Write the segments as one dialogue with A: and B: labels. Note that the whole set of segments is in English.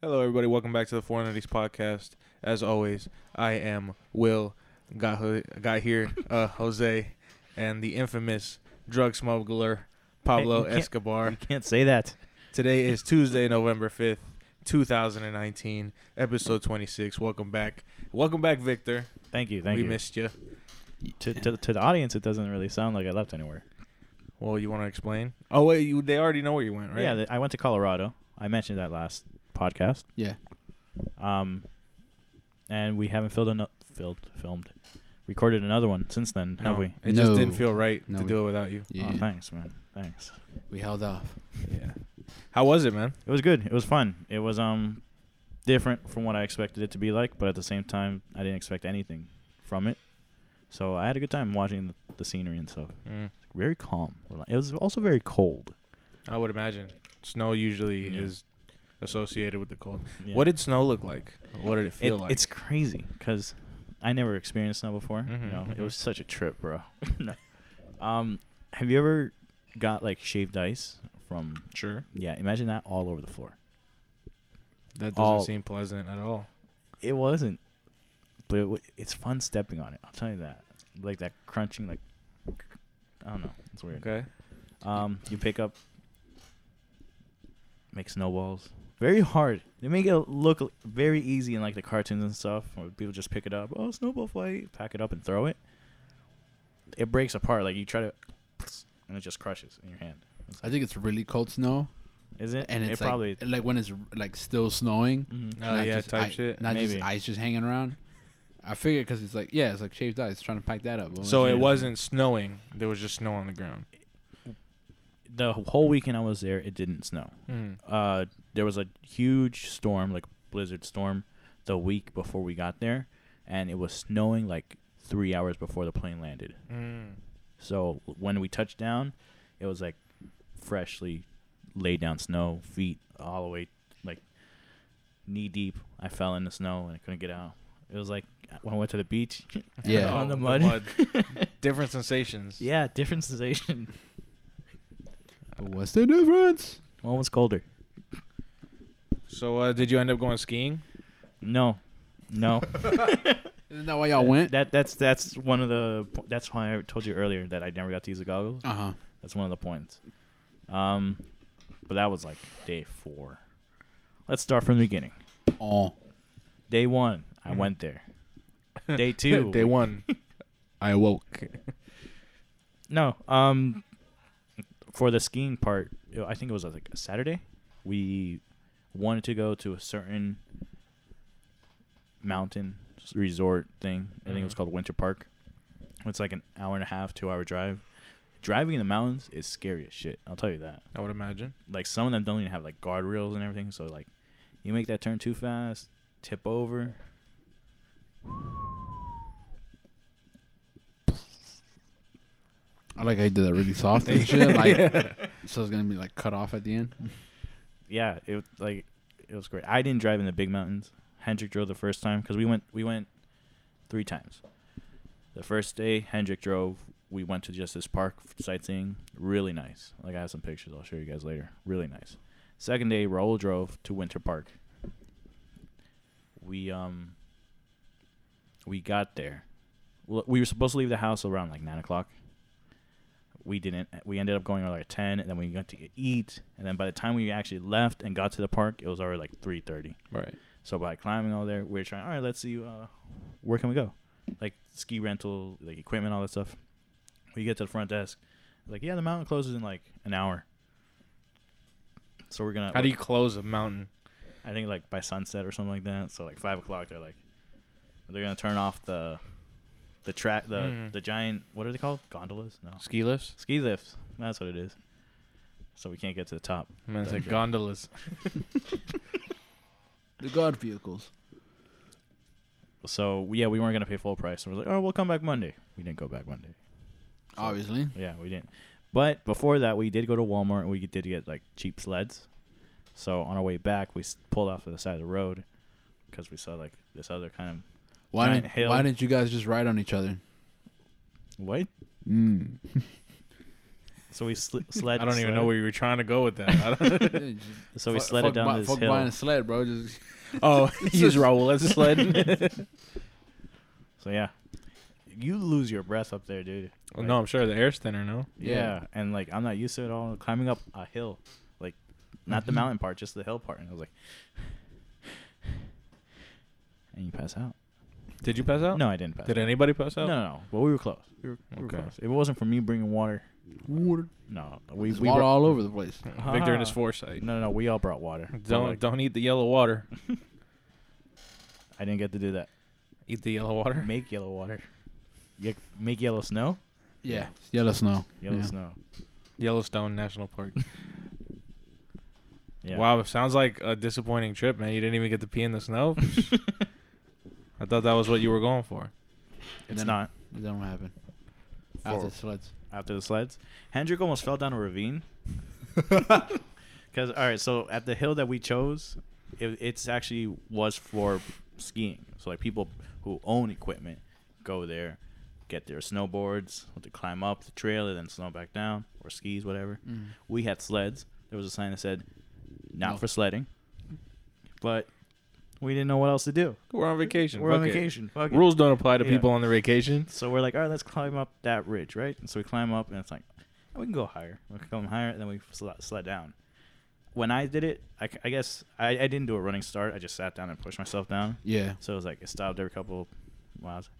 A: Hello, everybody. Welcome back to the Four Nineties podcast. As always, I am Will. Got ho- got here, uh, Jose, and the infamous drug smuggler Pablo
B: you can't-
A: Escobar.
B: You can't say that.
A: Today is Tuesday, November fifth, two thousand and nineteen, episode twenty six. Welcome back, welcome back, Victor.
B: Thank you. Thank
A: we
B: you.
A: missed you.
B: to, to, to the audience, it doesn't really sound like I left anywhere.
A: Well, you want to explain? Oh wait, you, they already know where you went, right?
B: Yeah, th- I went to Colorado. I mentioned that last podcast.
C: Yeah.
B: Um, and we haven't filled ano- filled filmed, recorded another one since then,
A: no,
B: have we?
A: It just
C: No.
A: didn't feel right
C: No,
A: to
C: we-
A: do it without you.
C: Yeah.
B: Oh, thanks, man. Thanks.
C: we held off.
A: Yeah. How was it, man?
B: It was good. It was fun. It was um different from what I expected it to be like, but at the same time, I didn't expect anything from it. So I had a good time watching the, the scenery and stuff.
A: Mm.
B: Very calm. It was also very cold.
A: I would imagine snow usually
B: Yeah.
A: is associated with the cold.
B: Yeah.
A: What did snow look like? What did it feel
B: It-
A: like?
B: It's crazy because I never experienced snow before.
A: Mhm,
B: you know,
A: mhm.
B: it was such a trip, bro. No. um, have you ever got like shaved ice from?
A: sure.
B: Yeah, imagine that all over the floor.
A: That doesn't
B: all-
A: seem pleasant at all.
B: It wasn't, but it w- it's fun stepping on it. I'll tell you that. Like that crunching, like I don't know, it's weird.
A: Okay.
B: Um, you pick up, make snowballs. Very hard. They make it look l- very easy in like the cartoons and stuff. Where people just pick it up. Oh, snowball fight! Pack it up and throw it. It breaks apart. Like you try to, and it just crushes in your hand.
C: I think it's really cold snow,
B: Is it?
C: and it's
B: it
C: like,
B: probably.
C: like when it's like still snowing.
B: Mhm.
A: Oh
C: not
A: yeah,
C: just
A: type
C: i-
A: shit.
C: Not
B: Maybe.
C: just ice just hanging around. I figured because it's like yeah, it's like shaved ice trying to pack that up. But when
A: So
C: it's-
A: it wasn't snowing. There was just snow on the ground.
B: The whole weekend I was there, it didn't snow.
A: Mm.
B: uh, there was a huge storm, like blizzard storm, the week before we got there, and it was snowing like three hours before the plane landed.
A: Mm.
B: So when we touched down, it was like freshly laid down snow, feet all the way like knee deep. I fell in the snow and I couldn't get out. It was like when I went to the beach.
C: Yeah.
B: On the mud.
A: Oh, Different sensations.
B: yeah, different sensation.
C: But what's the difference?
B: One was colder.
A: So uh, did you end up going skiing?
B: No, no.
C: Isn't that why y'all went?
B: That that's that's one of the po- that's why I told you earlier that I never got to use the goggles.
C: Uh huh.
B: That's one of the points. Um, but that was like day four. Let's start from the beginning.
C: Oh,
B: Day one, I
A: Mhm.
B: went there. Day two,
A: Day one.
C: I awoke.
B: no. Um, for the skiing part, it- I think it was like a Saturday. We wanted to go to a certain mountain resort thing. I think it was
A: Mhm.
B: called Winter Park. It's like an hour and a half, two hour drive. Driving in the mountains is scary as shit. I'll tell you that.
A: I would imagine.
B: like some of them don't even have like guardrails and everything. So like, you make that turn too fast, tip over.
C: I like how you did that really soft and shit. Like, so it's gonna be like cut off at the end.
B: Yeah, it like it was great. I didn't drive in the big mountains. Hendrick drove the first time because we went we went three times. The first day Hendrick drove. We went to just this park sightseeing. Really nice. Like I have some pictures. I'll show you guys later. Really nice. Second day Raul drove to Winter Park. We um. We got there. Well, we were supposed to leave the house around like nine o'clock. we didn't. We ended up going around like ten, and then we got to eat, and then by the time we actually left and got to the park, it was already like three thirty.
C: Right.
B: So by climbing all there, we are trying. All right, let's see. Uh, where can we go? Like ski rental, like equipment, all that stuff. We get to the front desk. Like, yeah, the mountain closes in like an hour. So we're gonna.
A: How do you close a mountain?
B: I think like by sunset or something like that. So like five o'clock, they're like, they're gonna turn off the, the track, the
A: Mm.
B: the giant. What are they called? Gondolas? No.
A: Ski lifts?
B: Ski lifts. That's what it is. So we can't get to the top.
A: I mean, it's like gondolas.
C: The guard vehicles.
B: So yeah, we weren't gonna pay full price. So we're like, oh, we'll come back Monday. We didn't go back Monday.
C: Obviously.
B: Yeah, we didn't. But before that, we did go to Walmart and we did get like cheap sleds. So on our way back, we s- pulled off to the side of the road because we saw like this other kind
C: Why
B: Giant
C: didn't
B: hill.
C: Why didn't you guys just ride on each
B: of
C: other?
B: what?
C: Mm.
B: So we sl- sled.
A: I don't even
B: sled-
A: know where you were trying to go with that. I don't-
B: So we sledded down this
C: fuck
B: hill.
C: buying a sled, bro. Just
A: oh, use Raul as a sled.
B: So yeah, you lose your breath up there, dude.
A: Well, Oh, no, I'm sure the air's thinner. No,
B: Yeah.
C: Yeah.
B: and like I'm not used to it all. Climbing up a hill, like not
A: Mm-hmm.
B: the mountain part, just the hill part, and I was like, and you pass out.
A: did you pass out?
B: No, I didn't pass.
A: Oh. Did
B: out.
A: anybody pass
B: No,
A: out?
B: no, no. Well, we were close. We were, we were
A: Okay.
B: close. If it wasn't for me bringing water,
C: water.
B: no, we
C: There's
B: we
C: water
B: brought-
C: all over the place.
A: Victor and his
B: Ah.
A: foresight.
B: No, no, no. We all brought water. But,
A: Don't
B: like,
A: don't eat the yellow water.
B: I didn't get to do that.
A: Eat the yellow water.
B: Make yellow water. Ye- Make yellow snow.
C: Yeah, yellow snow.
B: Yellow
C: yeah.
B: snow.
A: Yellowstone National Park.
B: Yeah.
A: Wow, it sounds like a disappointing trip, man. You didn't even get to pee in the snow. I thought that was what you were going for.
B: It's
C: Then-
B: not.
C: It don't happen.
A: For-
C: After sleds.
B: after the sleds. Hendrick almost fell down a ravine. Because all right, so at the hill that we chose, it, it's actually was for skiing. So like people who own equipment go there, get their snowboards, to climb up the trail and then snow back down or skis, whatever.
C: Mm.
B: We had sleds. There was a sign that said, "Not
C: No.
B: for sledding," but we didn't know what else to do.
A: We're on vacation.
B: We're on
A: Fuck it.
B: vacation. Fuck it.
A: Rules don't apply to
B: Yeah.
A: people on the vacation.
B: So we're like, all right, let's climb up that ridge, right? And so we climb up, and it's like, "Oh, we can go higher. We can come higher, and then we slide, slide down. When I did it, I, c- I guess I, I didn't do a running start. I just sat down and pushed myself down.
C: Yeah.
B: So it was like, it stopped every couple miles.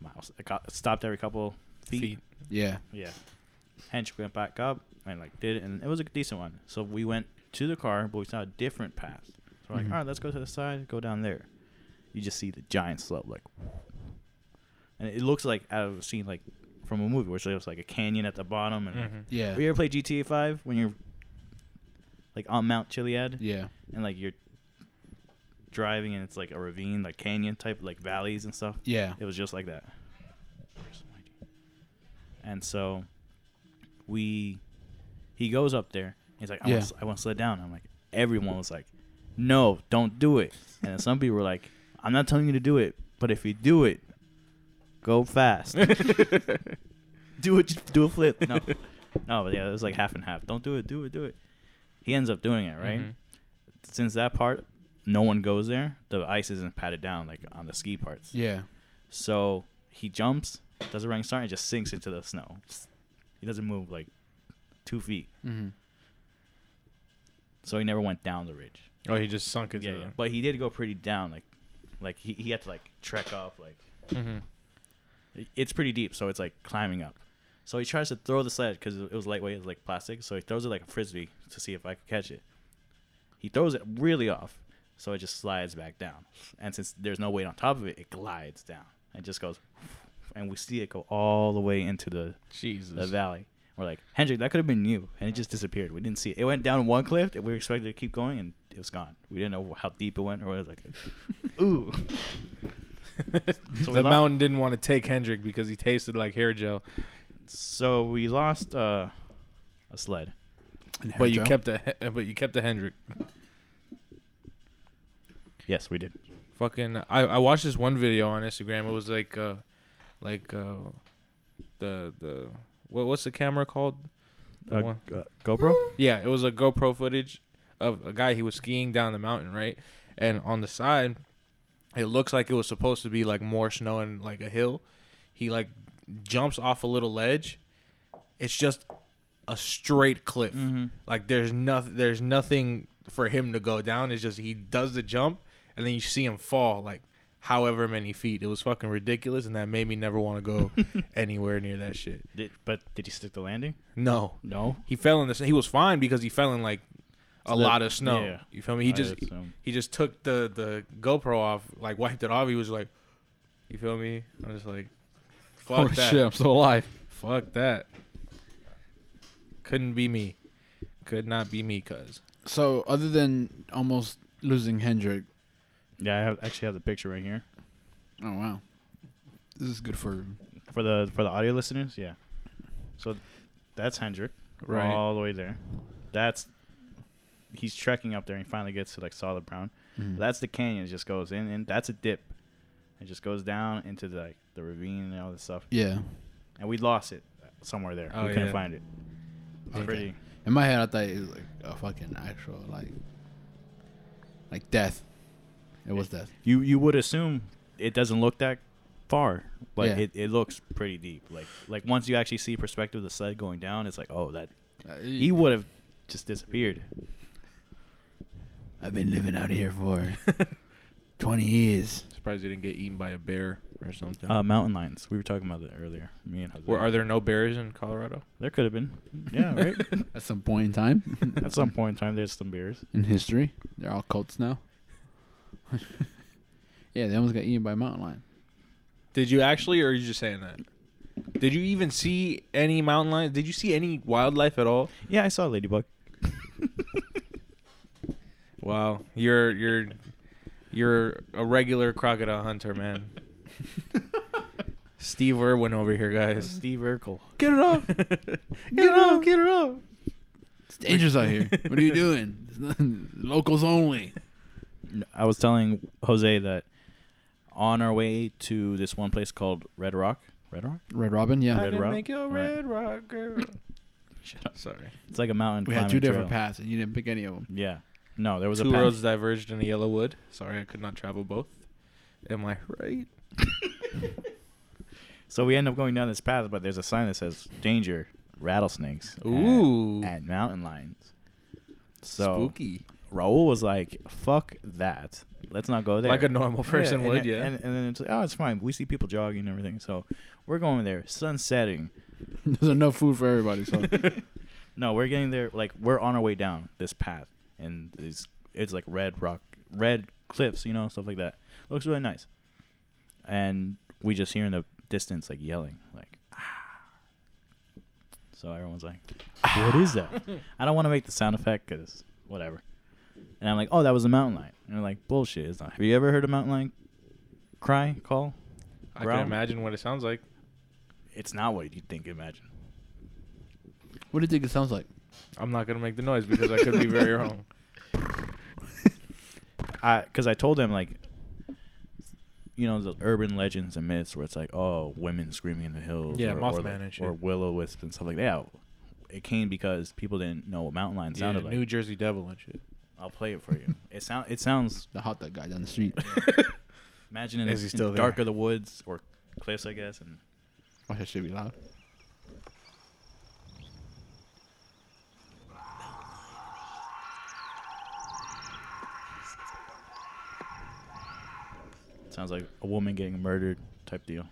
B: Miles. It got, stopped every couple feet.
A: Feet.
C: Yeah.
B: Yeah. Hench went back up and like did it, and it was a decent one. So we went to the car, but we saw a different path. So we're like,
C: Mhm.
B: all right, let's go to the side, go down there. You just see the giant slope, like, and it looks like out of a scene like from a movie, where there's like a canyon at the bottom. And
A: Mhm.
C: Yeah.
B: we ever play GTA Five when you're like on Mount Chiliad
C: Yeah.
B: and like you're driving and it's like a ravine, like canyon type, like valleys and stuff.
C: Yeah.
B: It was just like that. Where's my ID? And so we he goes up there. He's like, I
C: Yeah.
B: want I want to sled down. I'm like, everyone was like, no, don't do it. And then some people were like, I'm not telling you to do it, but if you do it, go fast. do it, do a flip. No, no, but yeah, it was like half and half. Don't do it, do it, do it. He ends up doing it, right?
A: Mhm.
B: Since that part, no one goes there. The ice isn't patted down like on the ski parts.
C: Yeah.
B: So he jumps, does a running start, and just sinks into the snow. He doesn't move like two feet.
C: Mm-hmm.
B: So he never went down the ridge.
A: Oh, he just sunk into
B: Yeah,
A: the-
B: yeah. But he did go pretty down, like like he, he had to like trek up, like Mm-hmm.
A: Mhm.
B: it- it's pretty deep, so it's like climbing up. So he tries to throw the sled because it was lightweight, it was like plastic. So he throws it like a frisbee to see if I could catch it. He throws it really off, so it just slides back down. And since there's no weight on top of it, it glides down and just goes, and we see it go all the way into the the
A: Jesus.
B: valley. We're like, Hendrick, that could have been you, and it just disappeared. We didn't see it. It went down one cliff, and we were expected to keep going, and it was gone. We didn't know how deep it went, or it was like, ooh. So we
A: the
B: lo-
A: mountain didn't want to take Hendrick because he tasted like hair gel,
B: So we lost uh, a sled.
A: but you kept a he- but you kept a Hendrick.
B: Yes, we did.
A: Fucking, I, I watched this one video on Instagram. It was like uh, like uh, the the what what's the camera called? The
B: Uh,
A: one-
B: GoPro?
A: Yeah, it was a GoPro footage of a guy he was skiing down the mountain, right? And on the side, it looks like it was supposed to be like more snow and like a hill. He like jumps off a little ledge. It's just a straight cliff. Like there's nothing there's nothing for him to go down. It's just he does the jump and then you see him fall like however many feet. It was fucking ridiculous and that made me never want to go anywhere near that shit.
B: Did, but did he stick the landing?
A: No.
B: No.
A: He fell in the. sn- He was fine because he fell in like a
B: Slip.
A: lot of snow.
B: Yeah.
A: You feel me? He
B: I
A: just
B: assume.
A: he just took the the GoPro off, like wiped it off. He was like, you feel me? I'm just like, fuck
C: Holy
A: that,
C: shit! I'm still alive.
A: fuck that. Couldn't be me. Could not be me, cuz.
C: So, other than almost losing Hendrick,
B: Yeah, I have, actually have the picture right here
C: oh wow, this is good for
B: for the for the audio listeners. Yeah. So that's Hendrick.
A: Right.
B: All the way there. That's he's trekking up there and he finally gets to like solid brown.
C: Mm. Mm-hmm.
B: That's the canyon. It just goes in and that's a dip. It just goes down into the, like the ravine and all this stuff.
C: yeah.
B: And we lost it somewhere there.
A: Oh,
B: we couldn't
A: yeah.
B: find it.
C: Okay.
B: Pretty.
C: In my head, I thought it was like a fucking actual like, like death. It was death.
B: You you would assume it doesn't look that far, but
C: Yeah.
B: it, it looks pretty deep. Like like once you actually see perspective of the sled going down, it's like oh that he would have just disappeared.
C: I've been living out here for twenty years.
A: Surprised you didn't get eaten by a bear or something.
B: Uh, mountain lions. We were talking about that earlier. Me and Jose.
A: Where are there no bears in Colorado?
B: There could have been. Yeah, right.
C: At some point in time
B: At some point in time, there's some bears.
C: in history, they're all cults now. yeah, they almost got eaten by a mountain lion.
A: Did you actually, or are you just saying that? Did you even see any mountain lions? Did you see any wildlife at all?
B: Yeah, I saw a ladybug.
A: Wow, you're you're you're a regular crocodile hunter, man. Steve Irwin over here, guys.
B: Steve Urkel.
A: Get it up! get it up! Get it up!
C: It's dangerous out here. What are you doing? There's nothing. Locals only.
B: N- I was telling Jose that on our way to this one place called Red Rock. Red Rock.
C: Red Robin, yeah.
B: I Red didn't Rock?
A: make
B: make
A: your
B: Right.
A: red
B: red
A: rock girl.
B: Shut up.
A: Sorry.
B: It's like a mountain.
C: we had
B: climbing
C: two different
B: trail.
C: paths, and you didn't pick any of them.
B: Yeah. No, there was
A: Two
B: a path.
A: roads diverged in a yellow wood. Sorry, I could not travel both. Am I right?
B: So we end up going down this path, but there's a sign that says danger rattlesnakes at-
A: Ooh.
B: at, mountain lions. So
A: Spooky.
B: Raul was like, "Fuck that, let's not go there."
A: Like a normal person
B: and
A: would,
B: it-
A: yeah.
B: And, and then it's like, "Oh, it's fine. We see people jogging and everything, so we're going there. Sun setting.
C: There's enough food for everybody. So
B: No, we're getting there. Like we're on our way down this path, and it's it's like red rock, red cliffs, you know, stuff like that. Looks really nice. And we just hear in the distance like yelling, like ah. So everyone's like, "What is that?" I don't want to make the sound effect because whatever. And I'm like, "Oh, that was a mountain lion." And they're like, "Bullshit, it's not." Have you ever heard a mountain lion cry, call?
A: I
B: Growl?
A: can imagine what it sounds like.
B: It's not what you think. Imagine.
C: what do you think it sounds like?
A: I'm not gonna make the noise because I could be very wrong.
B: I because I told him like, you know, the urban legends and myths where it's like, oh, women screaming in the hills,
A: Yeah,
B: or, or,
A: Mothman
B: like-
A: and shit.
B: or willow wisp and stuff like that. It came because people didn't know what mountain lion sounded
A: Yeah,
B: like.
A: New Jersey Devil and shit.
B: I'll play it for you. it sound it sounds.
C: The hot dog guy down the street.
B: Imagine in,
A: Is he
B: in
A: still
B: the dark
A: there?
B: of the woods or cliffs, I guess, and
C: Why that should be loud?
B: it sounds like a woman getting murdered type deal.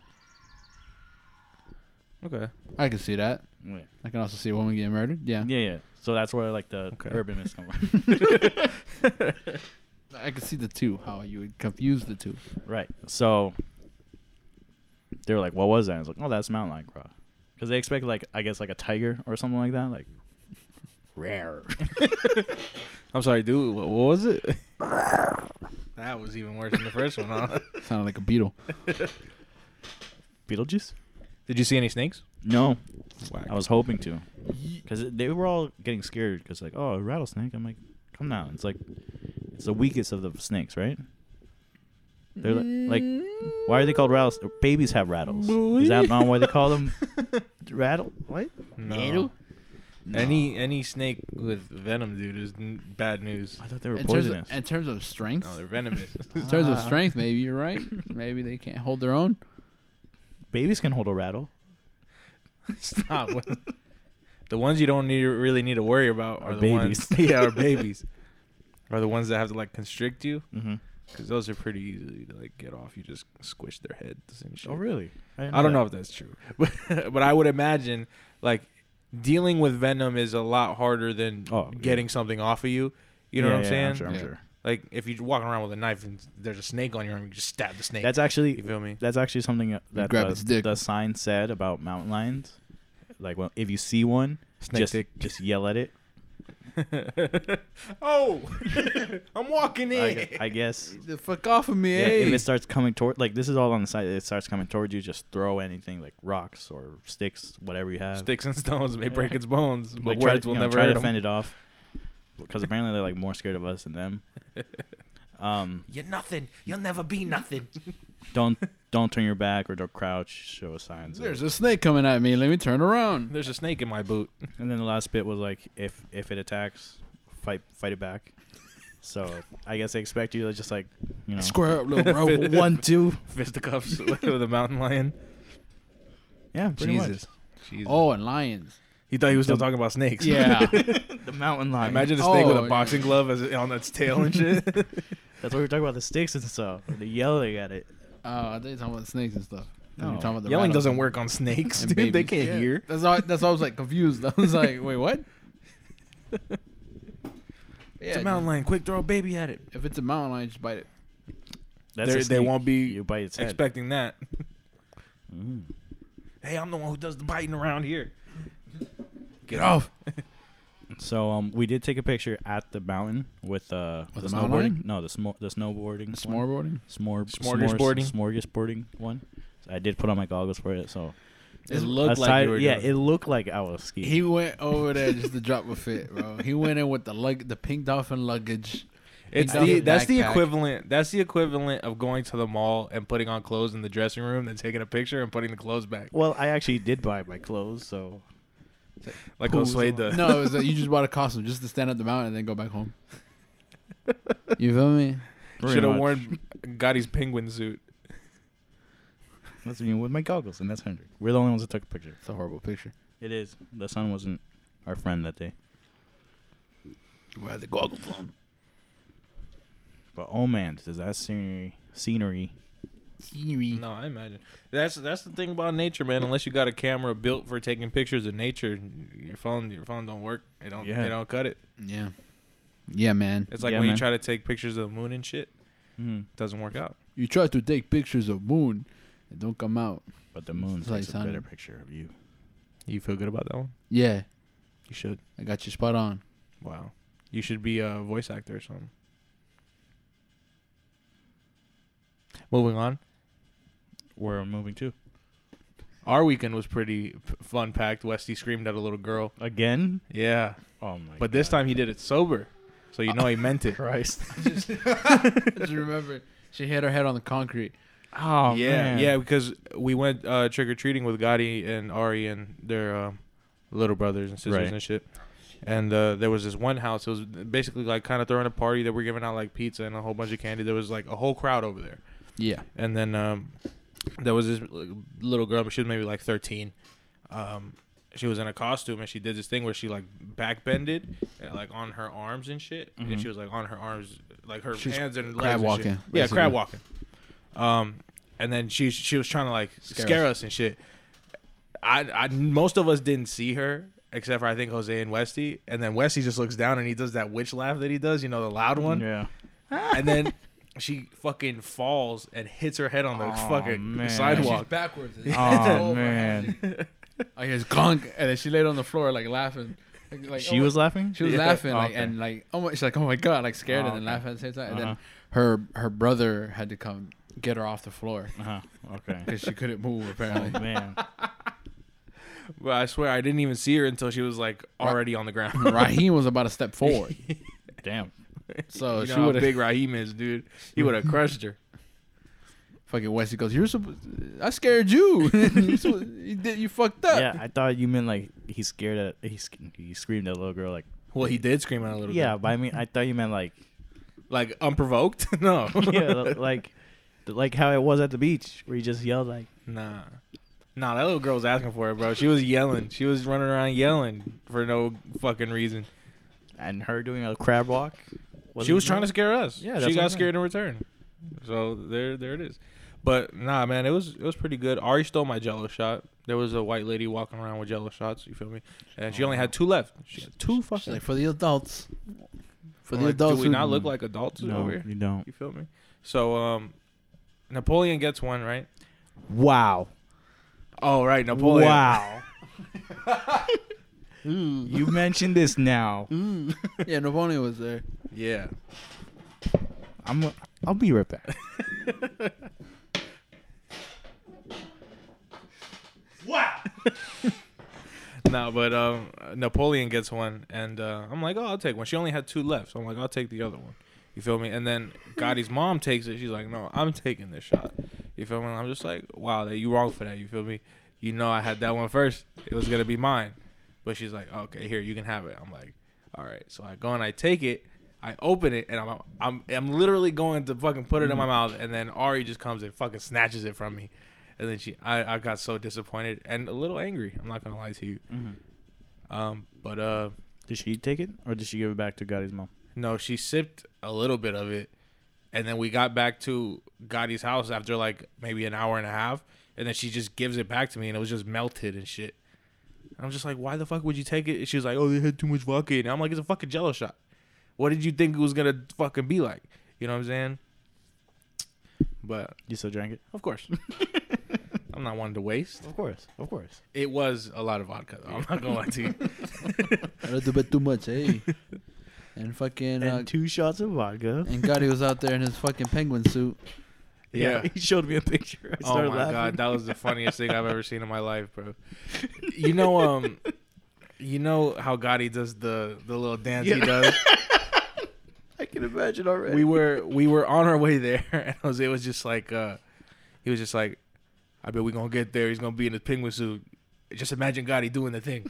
A: Okay.
C: I can see that.
B: Yeah,
C: I can also see a woman getting murdered. Yeah.
B: yeah. yeah. So that's where like the
A: Okay.
B: urban myths come from.
C: I can see the two. How you would confuse the two.
B: Right. So they were like, "What was that?" I was like, "Oh, that's mountain lion craw," because they expect like I guess like a tiger or something like that. Like
C: Rare.
A: I'm sorry, dude. What, what was it? that was even worse than the first one, huh?
C: Sounded like a beetle.
B: Beetlejuice.
A: Did you see any snakes?
B: No, I was hoping to, because they were all getting scared. Because like, oh, a rattlesnake. I'm like, come now. It's like it's the weakest of the snakes, right? They're li- like, why are they called rattles? Babies have rattles. Is that not why they call them rattle? What?
A: No. Any any snake with venom, dude, is n- bad news.
B: I thought they were
C: In terms, of,
B: poisonous.
C: in terms of strength,
A: No, they're venomous.
C: in terms of
B: Ah.
C: strength, maybe you're right. Maybe they can't hold their own.
B: Babies can hold a rattle.
A: Stop. the ones you don't need really need to worry about are,
B: Are
A: the
B: babies.
A: ones. yeah, are babies. Are the ones that have to like constrict you
B: Mm-hmm.
A: because those are pretty easily to like get off. You just squish their heads and shit.
B: Oh, really? didn't
A: I don't
B: that.
A: know if that's true, but but I would imagine like dealing with venom is a lot harder than
B: Oh, yeah.
A: getting something off of you. You know
B: Yeah,
A: what I'm
B: yeah,
A: saying?
B: sure, I'm
C: Yeah.
B: sure.
A: Like if you're walking around with a knife and there's a snake on your arm, you just stab the snake.
B: That's
A: you
B: actually
A: feel me?
B: that's actually something that
C: grab
B: the,
C: its dick.
B: the sign said about mountain lions. Like, well, if you see one,
A: Snake
B: just
A: dick.
B: just yell at it.
A: oh, I'm walking in.
B: I, gu- I guess.
C: The fuck off of me,
B: Yeah, if it starts coming toward, like this is all on the side. It starts coming towards you. Just throw anything, like rocks or sticks, whatever you have.
A: Sticks and stones may break its bones, but
B: Like, uh, try
A: words
B: to,
A: will
B: you know,
A: never
B: try to
A: hurt 'em.
B: fend it off. Because apparently they're like more scared of us than them. Um,
A: You're nothing. You'll never be nothing.
B: don't don't turn your back or don't crouch. Show signs. of-
C: There's a snake coming at me. Let me turn around.
A: There's a snake in my boot.
B: And then the last bit was like, if if it attacks, fight fight it back. So I guess they expect you to just like, you know,
C: Square up, little bro.
B: one two.
A: Fisticuffs with the mountain lion.
B: Yeah, pretty
A: Jesus. Jesus.
C: Oh, and lions.
A: He thought he was still talking about snakes.
C: Yeah.
B: much. The mountain lion.
A: Imagine a snake with
C: Oh,
A: a
C: yeah.
A: boxing glove as, on its tail and shit.
B: that's what we were talking about the sticks and stuff. They're yelling at it.
C: Oh, I thought you were talking about snakes and stuff. No,
B: No.
C: you're talking about the
A: Yelling
C: rattles
A: doesn't
C: and-
A: work on snakes,
C: and
A: dude. They
C: babies.
A: can't
C: Yeah.
A: hear.
C: That's all. That's why I was like confused. I was like, wait, what?
A: it's
C: Yeah,
A: a mountain lion. Quick, throw a baby at it.
C: If it's a mountain lion, just bite it.
B: That's
A: They-
B: a
A: they
B: snake.
A: won't be
B: You bite its head.
A: Expecting that.
B: Mm.
A: Hey, I'm the one who does the biting around here.
C: Get off.
B: So um, we did take a picture at the mountain with uh
C: With
B: the
C: the mountain lion?
B: snowboarding. No, the smo- the snowboarding. one.
C: Snowboarding.
B: Smor-
A: Smorgasbording.
B: s'mores- smorgasbording one. So I did put on my goggles for it, so
C: It looked
B: Aside- yeah, it looked like I was skiing.
C: He went over there just to drop a fit, bro. He went in with the lug, the pink dolphin luggage.
A: It's
C: Pink
A: the,
C: Dolphin
A: that's the
C: backpack.
A: equivalent. That's the equivalent of going to the mall and putting on clothes in the dressing room, then taking a picture and putting the clothes back.
B: well, I actually did buy my clothes, so
A: Like
B: Pools
A: Oswald
B: on.
A: does.
C: No, it was that you just bought a costume just to stand up the mountain and then go back home. You feel me?
B: pretty
A: should have
B: much.
A: worn Gotti's penguin suit.
B: That's me with my goggles, and that's Hendrick. We're the only ones that took a picture.
C: It's a horrible picture.
B: It is. The sun wasn't our friend that day,
C: You had the goggles on.
B: but oh man, does that scenery scenery?
A: No, I imagine that's that's the thing about nature, man. Unless you got a camera built for taking pictures of nature, your phone your phone don't work. It don't
B: Yeah.
A: they don't cut it.
C: Yeah. Yeah, man.
A: It's like
B: Yeah,
A: when
B: man.
A: you try to take pictures of the moon and shit,
B: Mm.
A: it doesn't work out.
C: You try to take pictures of moon, it don't come out.
B: But the moon
C: It's like
B: takes a
C: sun.
B: better picture of you.
A: You feel good about that one?
C: Yeah,
A: You should.
C: I got you spot on.
A: Wow. You should be a voice actor or something. Moving on.
B: We're moving to
A: Our weekend was pretty p- fun packed. Westy screamed at a little girl.
B: again.
A: Yeah.
B: Oh my!
A: But this
B: God.
A: time he did it sober. So you know he meant it.
B: Christ.
C: I just remember she hit her head on the concrete.
B: oh
A: yeah,
B: man.
A: yeah, because we went uh, trick or treating with Gotti and Ari and their um, little brothers and sisters
B: Right.
A: and shit. And uh, there was this one house. It was basically like kind of throwing a party. They were giving out like pizza and a whole bunch of candy. There was like a whole crowd over there.
C: Yeah.
A: And then um, there was this l- little girl. She was maybe like 13. Um, she was in a costume and she did this thing where she like backbended, uh, like on her arms and shit.
B: Mhm.
A: And she was like on her arms, like her
C: She's
A: hands and legs.
C: crab
A: and
C: walking,
A: shit. Yeah,
C: basically.
A: crab walking. Um, and then she she was trying to like
C: Scare
A: scare, us. and shit. I I most of us didn't see her except for I think Jose and Westy. And then Westy just looks down and he does that witch laugh that he does, you know, the loud one
B: Yeah.
A: and then she fucking falls and hits her head on the
B: Aw,
A: fucking
B: man.
A: sidewalk.
C: backwards.
B: Oh man.
C: I just gunk, and then she laid on the floor like laughing. Like, like,
B: she
C: oh
B: was
C: my-
B: laughing.
C: she was
A: Yeah.
C: laughing like
B: Okay.
C: and like oh my, she's like oh my god like scared
B: Oh,
C: and then
B: okay.
C: laughing at the same time. And
B: Uh-huh.
C: then her her brother had to come get her off the floor
B: Uh-huh. Okay.
C: because she couldn't move
B: Oh
C: apparently.
B: man.
A: But I swear I didn't even see her until she was like already on the ground.
C: Raheem was about to step forward,
B: Damn.
A: you
C: so
A: know
C: she
A: how
C: would have
A: big Raheem is, dude. He would have crushed her.
C: fucking Wesley goes. You're supposed. I scared you. you, suppo- you, did, you fucked up.
B: Yeah, I thought you meant like he scared at he, sc- he screamed at a little girl like
A: Well, he did scream out a little
B: yeah,
A: bit.
B: but I mean I thought you meant like
A: Like unprovoked? no.
B: yeah li- like like how it was at the beach where you just yelled like
A: Nah. Nah, that little girl was asking for it, bro. She was yelling. She was running around yelling for no fucking reason.
B: and her doing a crab walk.
A: she was trying to scare us.
B: Yeah,
A: Yeah,
B: that's
A: she
B: what I'm
A: got
B: saying.
A: scared in return. So there, there it is. But nah, man, it was it was pretty good. Ari stole my Jello shot. There was a white lady walking around with Jello shots. You feel me? And she only had two left. She had two
C: She's
A: fucking.
C: like for the adults. For
A: I'm
C: the
A: like,
C: adults,
A: do we
C: who-
A: not look like adults
B: No,
A: over here?
B: you don't.
A: You feel me? So um, Napoleon gets one right.
B: Wow.
A: Oh right, Napoleon.
B: Wow. you mentioned this now.
C: yeah, Napoleon was there.
A: Yeah.
B: I'm I'll be right back.
A: No, but um, Napoleon gets one, and uh, I'm like, oh, I'll take one. She only had two left, so I'm like, I'll take the other one. You feel me? And then Gotti's mom takes it. She's like, no, I'm taking this shot. You feel me? I'm just like, wow, that you wrong for that. You feel me? You know, I had that one first. It was gonna be mine, but she's like, okay, here, you can have it. I'm like, all right. So I go and I take it. I open it and I'm I'm I'm literally going to fucking put it in my mouth, and then Ari just comes and fucking snatches it from me, and then she I, I got so disappointed and a little angry. I'm not gonna lie to you. Um, but uh,
B: Did she take it or did she give it back to Gotti's mom?
A: no, she sipped a little bit of it, and then we got back to Gotti's house after like maybe an hour and a half, and then she just gives it back to me, and it was just melted and shit. I'm just like, why the fuck would you take it? She was like, oh, they had too much vodka. And I'm like, it's a fucking Jello shot. What did you think it was gonna fucking be like? You know what I'm saying? But
B: You still drank it?
A: of course, I'm not one to waste.
B: Of course, of course.
A: It was a lot of vodka. Though. I'm not gonna lie to you.
C: A little bit too much, eh? and fucking
B: And,
C: uh,
B: two shots of vodka.
C: and Gotti was out there in his fucking penguin suit.
A: Yeah.
B: he showed me a picture. I
A: Oh my
B: started laughing.
A: god, that was the funniest thing I've ever seen in my life, bro. You know, um, you know how Gotti does the the little dance he
B: Yeah.
A: does.
B: I can imagine already.
A: We were we were on our way there, and Jose was just like, uh, he was just like, I bet we gonna get there. He's gonna be in his penguin suit. Just imagine Gotti doing the thing.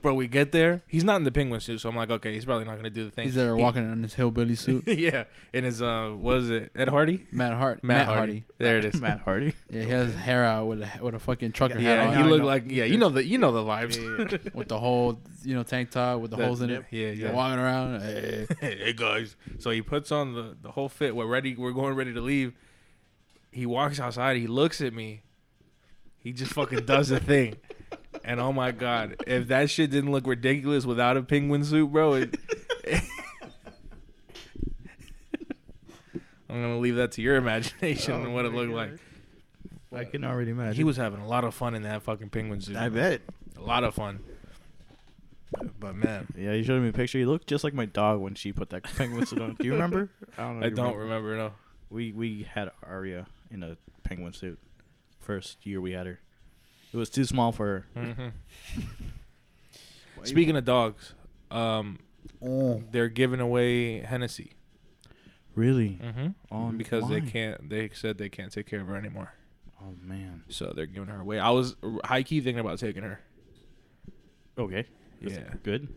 A: Bro, we get there. He's not in the penguin suit, so I'm like, okay, he's probably not gonna do the thing.
C: He's there
A: He-
C: walking in his hillbilly suit.
A: yeah, in his uh, what is it? Ed Hardy.
C: Matt Hart.
A: Matt, Hardy. There it is.
B: Matt Hardy.
C: Yeah, he has his hair out with a, with a fucking trucker
A: Yeah,
C: hat
A: he
C: on.
B: I
A: looked
B: know.
A: like yeah. You know the you know the vibes.
C: with the whole you know tank top with the
A: That-
C: holes in
A: yep.
C: it.
A: Yeah,
C: You're
A: yeah.
C: walking around. eh.
A: hey guys. So he puts on the, the whole fit. We're ready. We're going ready to leave. He walks outside. He looks at me. He just fucking does the thing. And oh my god, if that shit didn't look ridiculous without a penguin suit, bro. It, I'm gonna leave that to your imagination
B: Oh
A: and what it looked like.
B: I can already imagine.
A: He was having a lot of fun in that fucking penguin suit.
B: I bet.
A: A lot of fun. But man,
B: Yeah, you showed me a picture. He looked just like my dog when she put that penguin suit on. Do you remember? I don't know.
A: I
B: if you
A: don't remember no.
B: We we had Aria in a penguin suit. First year we had her. It was too small for her.
A: hmm Speaking of dogs, um,
C: Oh,
A: they're giving away Hennessy
B: Really?
A: mm-hmm.
B: On
A: because they
B: why?
A: can't. They said they can't take care of her anymore,
B: Oh man.
A: so they're giving her away. I was high key thinking about taking her,
B: Okay. That's
A: Yeah.
B: Good.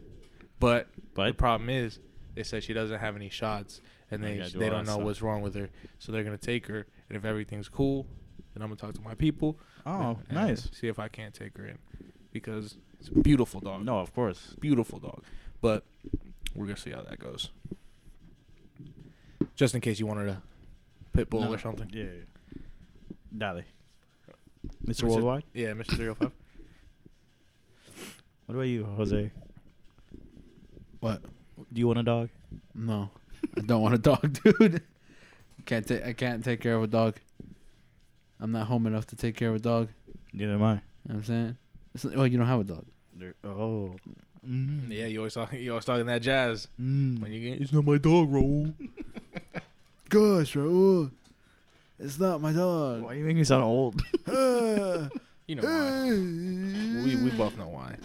A: but the
B: But
A: problem is they said she doesn't have any shots, and
B: Oh, you
A: they
B: gotta do
A: they
B: all
A: don't
B: that
A: know
B: stuff.
A: what's wrong with her, so they're gonna take her, and if everything's cool, then I'm gonna talk to my people.
B: oh,
A: and
B: nice.
A: See if I can't take her in, because it's a beautiful dog.
B: Um, No, of course.
A: beautiful dog. But we're gonna see how that goes. Just in case you wanted a pit bull
B: No.
A: or something.
B: Yeah. Dale.
A: What's
B: Mr.
A: it-
B: Worldwide.
A: Yeah, Mr. 305.
B: What about you, Jose?
C: what?
B: Do you want a dog?
C: No, I don't want a dog, dude. Can't take. I can't take care of a dog. I'm not home enough to take care of a dog.
B: Neither am I.
C: You know what I'm saying. It's, well, you don't have a dog.
B: Oh.
A: yeah, you always talk, you always talking that jazz
C: Mm.
B: Mm-hmm.
A: when you get.
C: It's not my dog, Raul. Gosh, Raul, it's not my dog.
B: Why do you make me sound old?
A: You know why? We we both know why.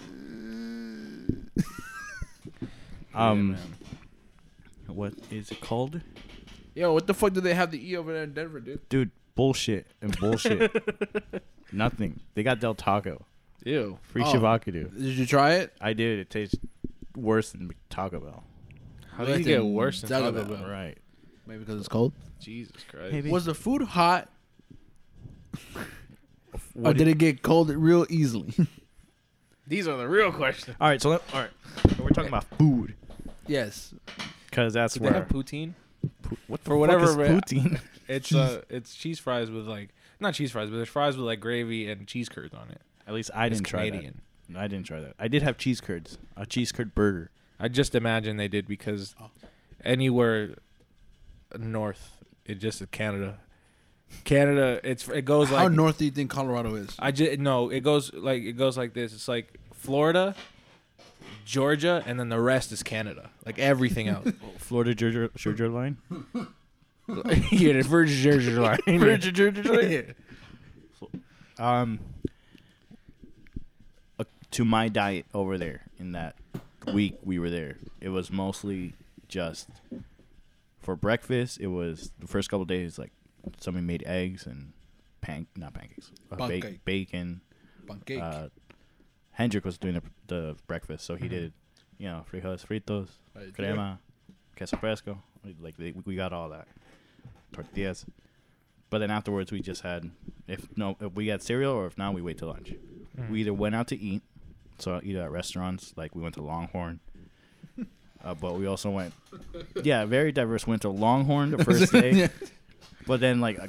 A: Yeah,
B: Um,
A: man.
B: what is it called?
C: Yo, what the fuck do they have to eat over there in Denver, dude?
B: Dude, bullshit and bullshit. Nothing. They got Del Taco.
A: ew.
B: Free
C: Oh.
B: Shivakadu.
C: Did you try it?
B: I did. It tastes worse than Taco Bell.
A: How
C: What
A: do you
C: the
A: get worse than
C: Taco
A: Taco
C: Bell?
A: Bell?
B: Right.
C: Maybe because it's cold.
A: Jesus Christ.
B: Hey,
C: Was the food hot, or
B: What
C: did it get cold real easily?
A: These are the real questions.
B: All right. So let, all right. So we're talking about food
C: yes.
B: because that's
A: Did
B: where
A: they have poutine?
B: po- what
A: for whatever
B: fuck is
A: ra-
B: poutine.
A: It's uh, it's cheese fries with like not cheese fries, but there's fries with like gravy and cheese curds on it.
B: At least I
A: It's
B: didn't try
A: Canadian.
B: that. No, I didn't try that. I did have cheese curds. A cheese curd burger.
A: I just imagine they did because anywhere north, it just Canada, Canada, it's it goes
C: How
A: like
C: north do you think Colorado is?
A: I just no, it goes like it goes like this. It's like Florida, Georgia, and then the rest is Canada. Like everything else,
B: Florida Georgia, Georgia line.
A: yeah, the Virgin Georgia line.
B: Georgia, Georgia
A: Yeah.
B: um, uh, to my diet over there in that week we were there, it was mostly just for breakfast. It was the first couple days like somebody made eggs and pan not pancakes, uh, ba-
C: Pancake.
B: bacon.
C: Pancake.
B: Uh, Hendrik was doing the, the breakfast, so he did, you know, frijoles fritos,
C: Right.
B: crema, queso fresco. We- Like they, we got all that tortillas. But then afterwards, we just had if no if we had cereal or if not, we wait till lunch. We either went out to eat, so either at restaurants like we went to Longhorn. Uh, but we also went, yeah, very diverse. Went to Longhorn the first day,
C: Yeah.
B: but then like uh,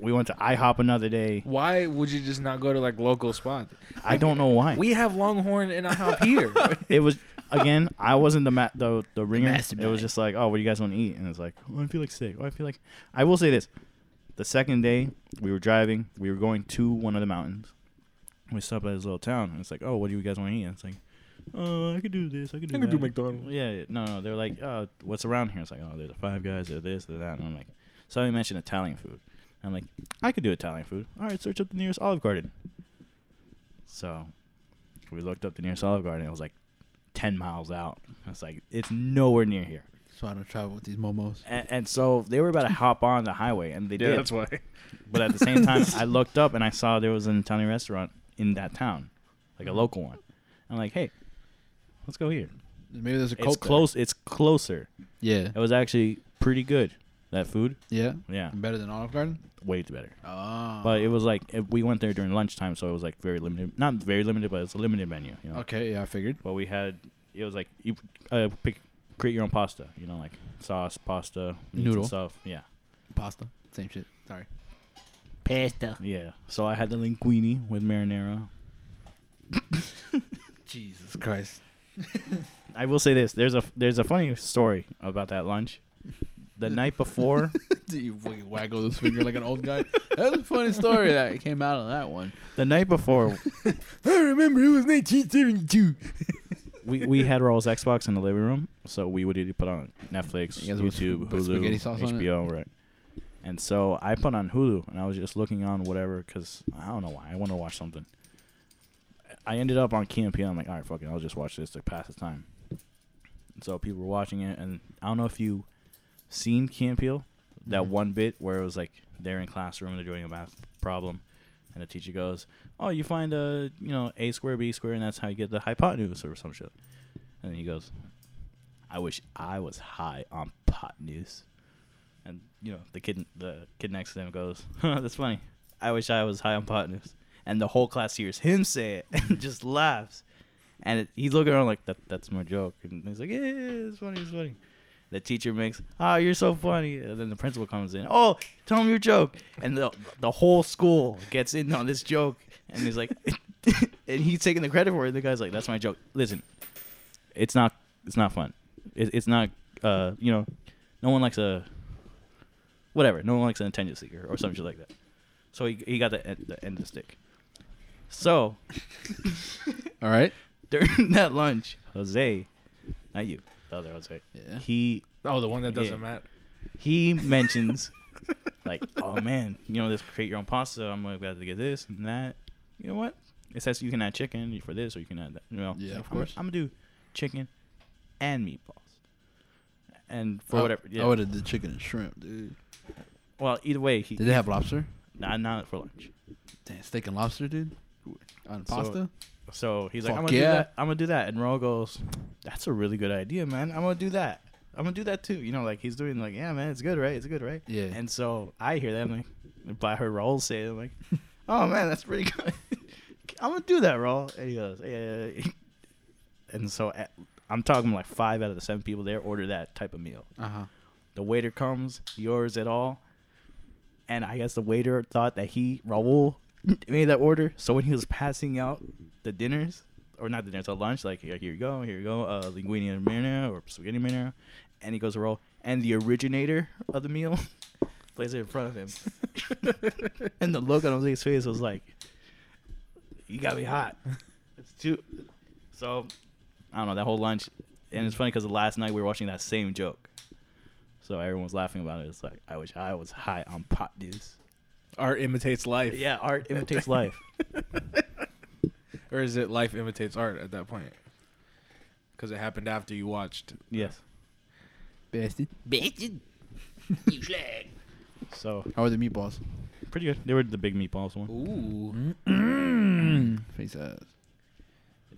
B: we went to IHOP another day.
A: Why would you just not go to like local spot?
B: I don't know why.
A: We have Longhorn and IHOP here.
B: it was again. I wasn't the ma- the the ringer. It
C: mastermind.
B: was just like, oh, what do you guys want to eat? And it's like, oh, I feel like sick. Oh, I feel like. I will say this: the second day we were driving, we were going to one of the mountains. We stopped at this little town, and it's like, oh, what do you guys want to eat? And it's like, oh, I could do this. I could do. that.
A: McDonald's.
B: Yeah, yeah, no, no. They're like, uh, what's around here? It's like, oh, there's the Five Guys, there's this, there's that. And I'm like, somebody mentioned Italian food. I'm like, I could do Italian food. All right, search up the nearest Olive Garden. So we looked up the nearest Olive Garden. It was like 10 miles out. I was like, it's nowhere near here.
C: So I don't travel with these momos.
B: And, and so they were about to hop on the highway, and they
A: Yeah,
B: did.
A: that's why.
B: But at the same time, I looked up and I saw there was an Italian restaurant in that town, like
C: Mm.
B: a local one. I'm like, hey, let's go here.
C: Maybe there's a
B: It's
C: Coke there.
B: close. It's closer.
C: Yeah.
B: It was actually pretty good. That food,
C: Yeah.
B: yeah,
C: Better than Olive Garden.
B: way better.
C: Oh.
B: But it was like it, we went there during lunchtime, so it was like very limited. Not very limited, but it's a limited menu. You know,
C: okay. Yeah, I figured.
B: but we had it was like you uh, pick create your own pasta. You know, like sauce, pasta, meats and
C: Noodle.
B: stuff. Yeah,
C: Pasta. Same shit. Sorry.
B: yeah. So I had the linguine with marinara.
C: Jesus Christ.
B: I will say this: there's a there's a funny story about that lunch. The night before,
C: Do you fucking waggle this finger like an old guy? That was a funny story that came out of that one.
B: the night before,
C: I remember it was 1972.
B: we, we had Raul's Xbox in the living room, so we would either put on Netflix,
C: You guys would
B: YouTube,
C: put spaghetti
B: Hulu,
C: sauce on it?
B: HBO, right? And so I put on Hulu, and I was just looking on whatever because I don't know why I want to watch something. I ended up on KMP. I'm like, all right, fucking, I'll just watch this to pass the time. And so people were watching it, and I don't know if you seen Key and Peele, that
C: Mhm.
B: one bit where it was like they're in classroom, they're doing a math problem, and the teacher goes, "Oh, you find a you know a square b square, and that's how you get the hypotenuse or some shit." And he goes, "I wish I was high on pot news." And you know the kid the kid next to them goes, huh, "That's funny. I wish I was high on pot news." And the whole class hears him say it and just laughs. And it, he's looking around like that. That's my joke. And he's like, "Yeah, it's funny, it's funny." The teacher makes, "Ah, you're so funny," and then the principal comes in. Oh, tell him your joke, and the the whole school gets in on this joke, and he's like, and he's taking the credit for it. The guy's like, "That's my joke." Listen, it's not it's not fun. It, it's not uh you know, no one likes a whatever. No one likes an attention seeker or something like that. So he he got the, end- the end of the stick. So
C: All right.
B: during that lunch, Jose, not you, the other Jose,
C: Yeah.
B: he
A: Oh, the one that doesn't
B: Yeah.
A: matter.
B: he mentions like, oh man, you know, this create your own pasta. I'm gonna have to get this and that. You know what? It says you can add chicken for this or you can add that. You know,
C: Yeah, of
B: I'm gonna-
C: course.
B: I'm gonna do chicken and meatballs. And for
C: I-
B: whatever, yeah.
C: I would have did chicken and shrimp, dude.
B: well, either way, he
C: Did they have lobster?
B: not not for lunch.
C: Damn, steak and lobster, dude. On
B: So-
C: pasta.
B: So he's like,
C: Fuck
B: I'm gonna
C: yeah.
B: do that. I'm gonna do that. And Ro goes, that's a really good idea, man. I'm gonna do that. I'm gonna do that too. You know, like he's doing like, yeah, man, it's good, right? It's good, right?
C: Yeah.
B: And so I hear that, I'm like, by her Raul say it, I'm like, oh man, that's pretty good. I'm gonna do that, Raul. And he goes, yeah. And so at, I'm talking like five out of the seven people there order that type of meal.
C: Uh huh.
B: The waiter comes, he orders it all. And I guess the waiter thought that he, Raul, made that order. So when he was passing out the dinners, or not the dinners, the lunch, like, here here you go, here you go, uh, linguine and marinara or spaghetti marinara. And he goes to Raul, and the originator of the meal plays it in front of him. and the look on Jose's face was like, you got me hot. It's too. So, I don't know, that whole lunch. And it's funny because last night we were watching that same joke. So everyone was laughing about it. It's like, I wish I was high on pot news.
A: Art imitates life.
B: Yeah, art imitates life.
A: Or is it life imitates art at that point? Because it happened after you watched.
B: Yes.
C: Bastard.
D: Bastard. You slag.
B: So
C: How are the meatballs?
B: pretty good. They were the big meatballs one.
A: Ooh.
C: Face ass.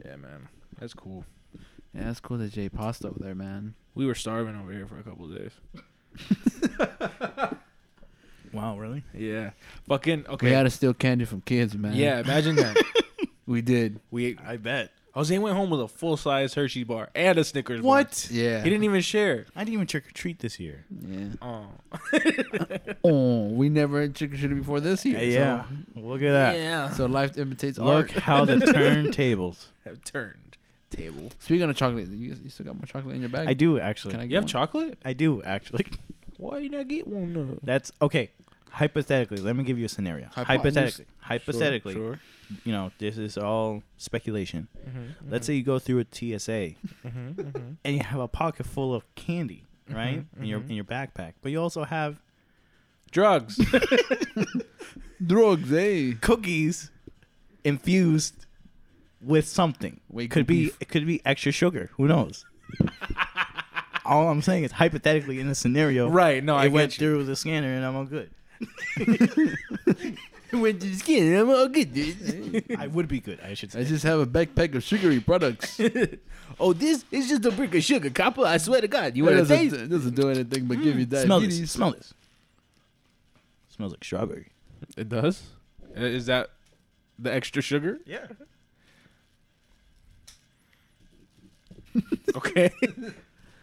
A: Yeah, man. That's cool.
C: Yeah, that's cool that Jay Pasta over there, man.
A: We were starving over here for a couple of days.
B: Wow, really?
A: Yeah. Fucking okay.
C: We had to steal candy from kids, man.
A: yeah, imagine that.
C: we did.
A: we
B: I bet.
A: Jose went home with a full size Hershey bar and a Snickers bar.
C: Yeah.
A: He didn't even share.
B: I didn't even trick or treat this year.
C: Yeah.
A: Oh.
C: Oh, we never had chicken shooting before this year.
B: yeah. Look at that.
A: Yeah.
C: So, so life imitates
B: Look
C: art.
B: how the turntables.
A: Have turned table.
C: Speaking of chocolate, you, you still got more chocolate in your bag?
B: I do actually.
C: Can I
B: I,
C: get
A: You have
C: one?
A: chocolate?
B: do actually.
A: Why you not get one? though?
B: That's okay. Hypothetically, let me give you a scenario.
C: Hypo-
B: hypothetically,
A: Sure,
B: hypothetically,
A: Sure.
B: you know, this is all speculation. Let's say you go through a TSA and you have a pocket full of candy, right, in your in your backpack, but you also have
A: Drugs.
C: Drugs, eh?
B: cookies infused with something.
C: Wait,
B: could be
C: beef.
B: it could be extra sugar. Who knows? all I'm saying is hypothetically in the scenario,
A: right. No,
B: it
A: I
B: went
A: went through.
B: through the scanner and I'm all good.
C: Went to the skin. I'm all good, dude.
B: I would be good, I should
C: I
B: say.
C: just have a backpack of sugary products. It
A: Oh, this is just a brick of sugar, copper. I swear to God, you want to
C: doesn't,
A: taste?
C: it doesn't do anything but give you
B: Mm. Smell this.
C: diabetes.
B: Smell this. Smells like strawberry.
A: It does. Uh, Is that the extra sugar?
B: Yeah.
A: Okay.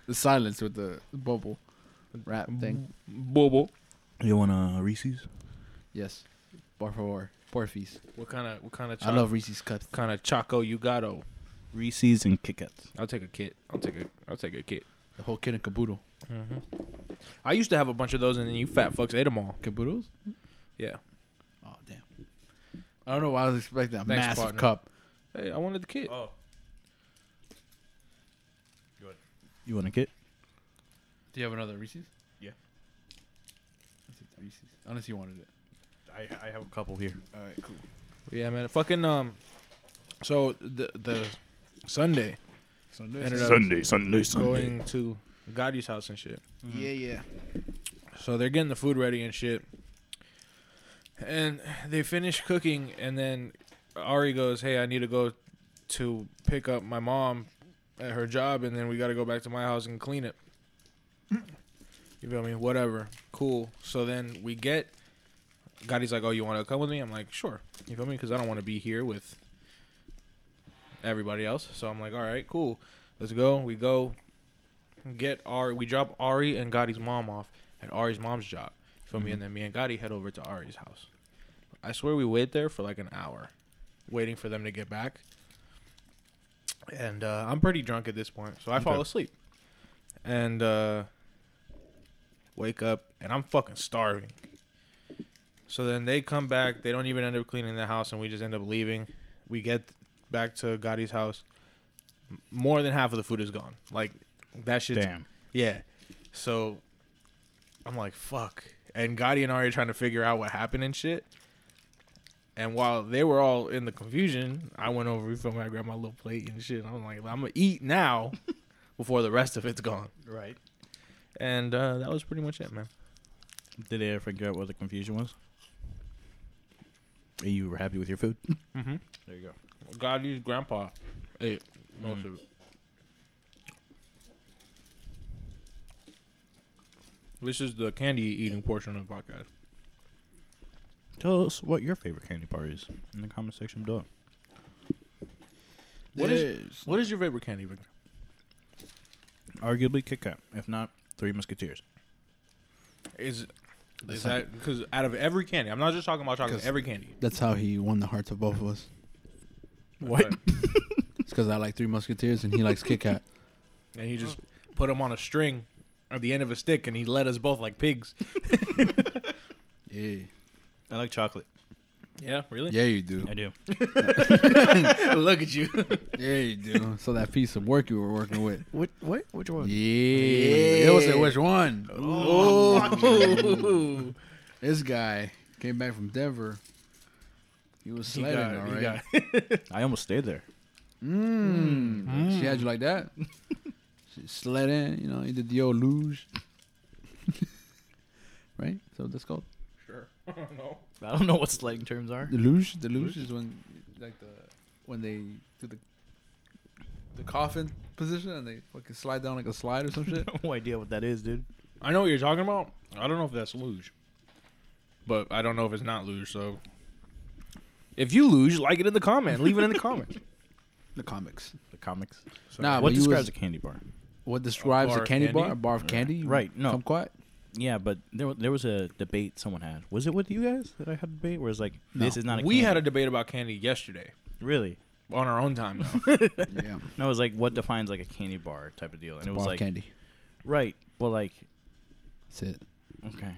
C: The silence with the bubble wrap thing.
A: Bobo.
B: You want a Reese's?
C: Yes. Por favor. Porfies.
A: What kind of what kind of
C: I love Reese's Cups.
A: kind of choco you got? Oh,
B: Reese's and Kit Kats.
A: I'll take a kit. I'll take a I'll take a kit.
C: The whole kit and caboodle.
A: I used to have a bunch of those, and then you fat fucks ate them all.
C: Caboodles?
A: Yeah.
C: Oh, damn. I don't know why I was expecting a
A: Thanks,
C: massive
A: partner.
C: cup.
A: Hey, I wanted the kit.
B: Oh. You want a Kit?
C: Do you have another Reese's?
B: Yeah.
C: Let's take the Reese's. Unless you wanted it.
B: I, I have a couple here.
C: All right, cool.
A: Yeah, man. Fucking um. So the the Sunday
C: Sunday.
A: Ended up-
B: Sunday, Sunday, Sunday.
A: going to Gotti's house and shit.
C: Yeah, yeah.
A: So they're getting the food ready and shit. And they finish cooking, and then Ari goes, "Hey, I need to go to pick up my mom at her job, and then we got to go back to my house and clean it." You feel me? Whatever. Cool. So then we get. Gotti's like, "Oh, you want to come with me?" I'm like, "Sure." You feel me? Because I don't want to be here with everybody else. So I'm like, "All right, cool. Let's go." We go get Ari. We drop Ari and Gotti's mom off at Ari's mom's job. You feel me? And then me and Gotti head over to Ari's house. I swear we wait there for like an hour, waiting for them to get back. And uh, I'm pretty drunk at this point, so I fall
B: Okay.
A: asleep. And uh, wake up, and I'm fucking starving. So then they come back. They don't even end up cleaning the house, and we just end up leaving. We get back to Gotti's house. M- More than half of the food is gone. Like that shit's
B: Damn.
A: yeah. So I'm like, fuck. And Gotti and Ari are trying to figure out what happened and shit. And while they were all in the confusion, I went over, you feel me? I grabbed my little plate and shit. And I'm like, I'm gonna eat now before the rest of it's gone.
B: Right.
A: And uh, that was pretty much it, man.
B: Did they ever figure out what the confusion was? Are you were happy with your food?
A: Mm-hmm.
B: There you go. Mm.
A: Gotti's grandpa ate most of it. This is the candy eating portion of the podcast.
B: Tell us what your favorite candy bar is in the comment section below.
A: What is- What is your favorite candy, Victor?
B: Arguably Kit Kat, if not Three Musketeers.
A: Is is
C: That's not-
A: that because out of every candy? I'm not just talking about chocolate.
C: 'Cause-
A: Every candy.
C: That's how he won the hearts of both of us.
B: What?
C: It's because I like Three Musketeers and he likes Kit Kat.
A: And he just put them on a string at the end of a stick, and he led us both like pigs.
C: Yeah.
B: I like chocolate.
A: Yeah, really?
C: Yeah, you do.
B: I do.
A: Look at you.
C: Yeah, you do. So that piece of work you were working with.
B: What? What? Which
C: Yeah.
B: one?
C: It was a which one?
A: Oh,
C: This guy came back from Denver. He was
A: he
C: sledding,
A: got,
C: all
A: he
C: right.
A: got-
B: I almost stayed there.
C: Mmm.
A: Mm.
C: She had you like that. she sledding, you know. He did the old luge. right. So that's called.
A: sure. I don't know.
D: I don't know what slang terms are.
C: The luge, the luge is when like the when they do the the coffin position and they fucking slide down like a slide or some shit.
D: no idea what that is, dude.
A: I know what you're talking about. I don't know if that's luge, but I don't know if it's not luge. So, if you luge, like it in the comment. Leave it in the comments.
C: The comics.
B: The comics.
A: So,
C: Nah,
B: what
C: Ah, but you
B: describes
C: was-
B: a candy bar?
C: What describes a,
A: bar of
C: candy,
A: candy?
C: bar? A bar of candy? You
B: Right, no.
C: Come quiet.
B: Yeah, but there wa- there was a debate someone had. Was it with you guys that I had a debate? Where it's like this
C: No.
B: is not a
A: we had
B: candy.
A: a debate about candy yesterday
B: really.
A: on our own time. Now.
C: Yeah.
B: No, it was like what defines like a candy bar type of deal, and
C: It's a
B: it
C: bar
B: was
C: of
B: like
C: candy.
B: right, but like
C: That's it.
B: okay.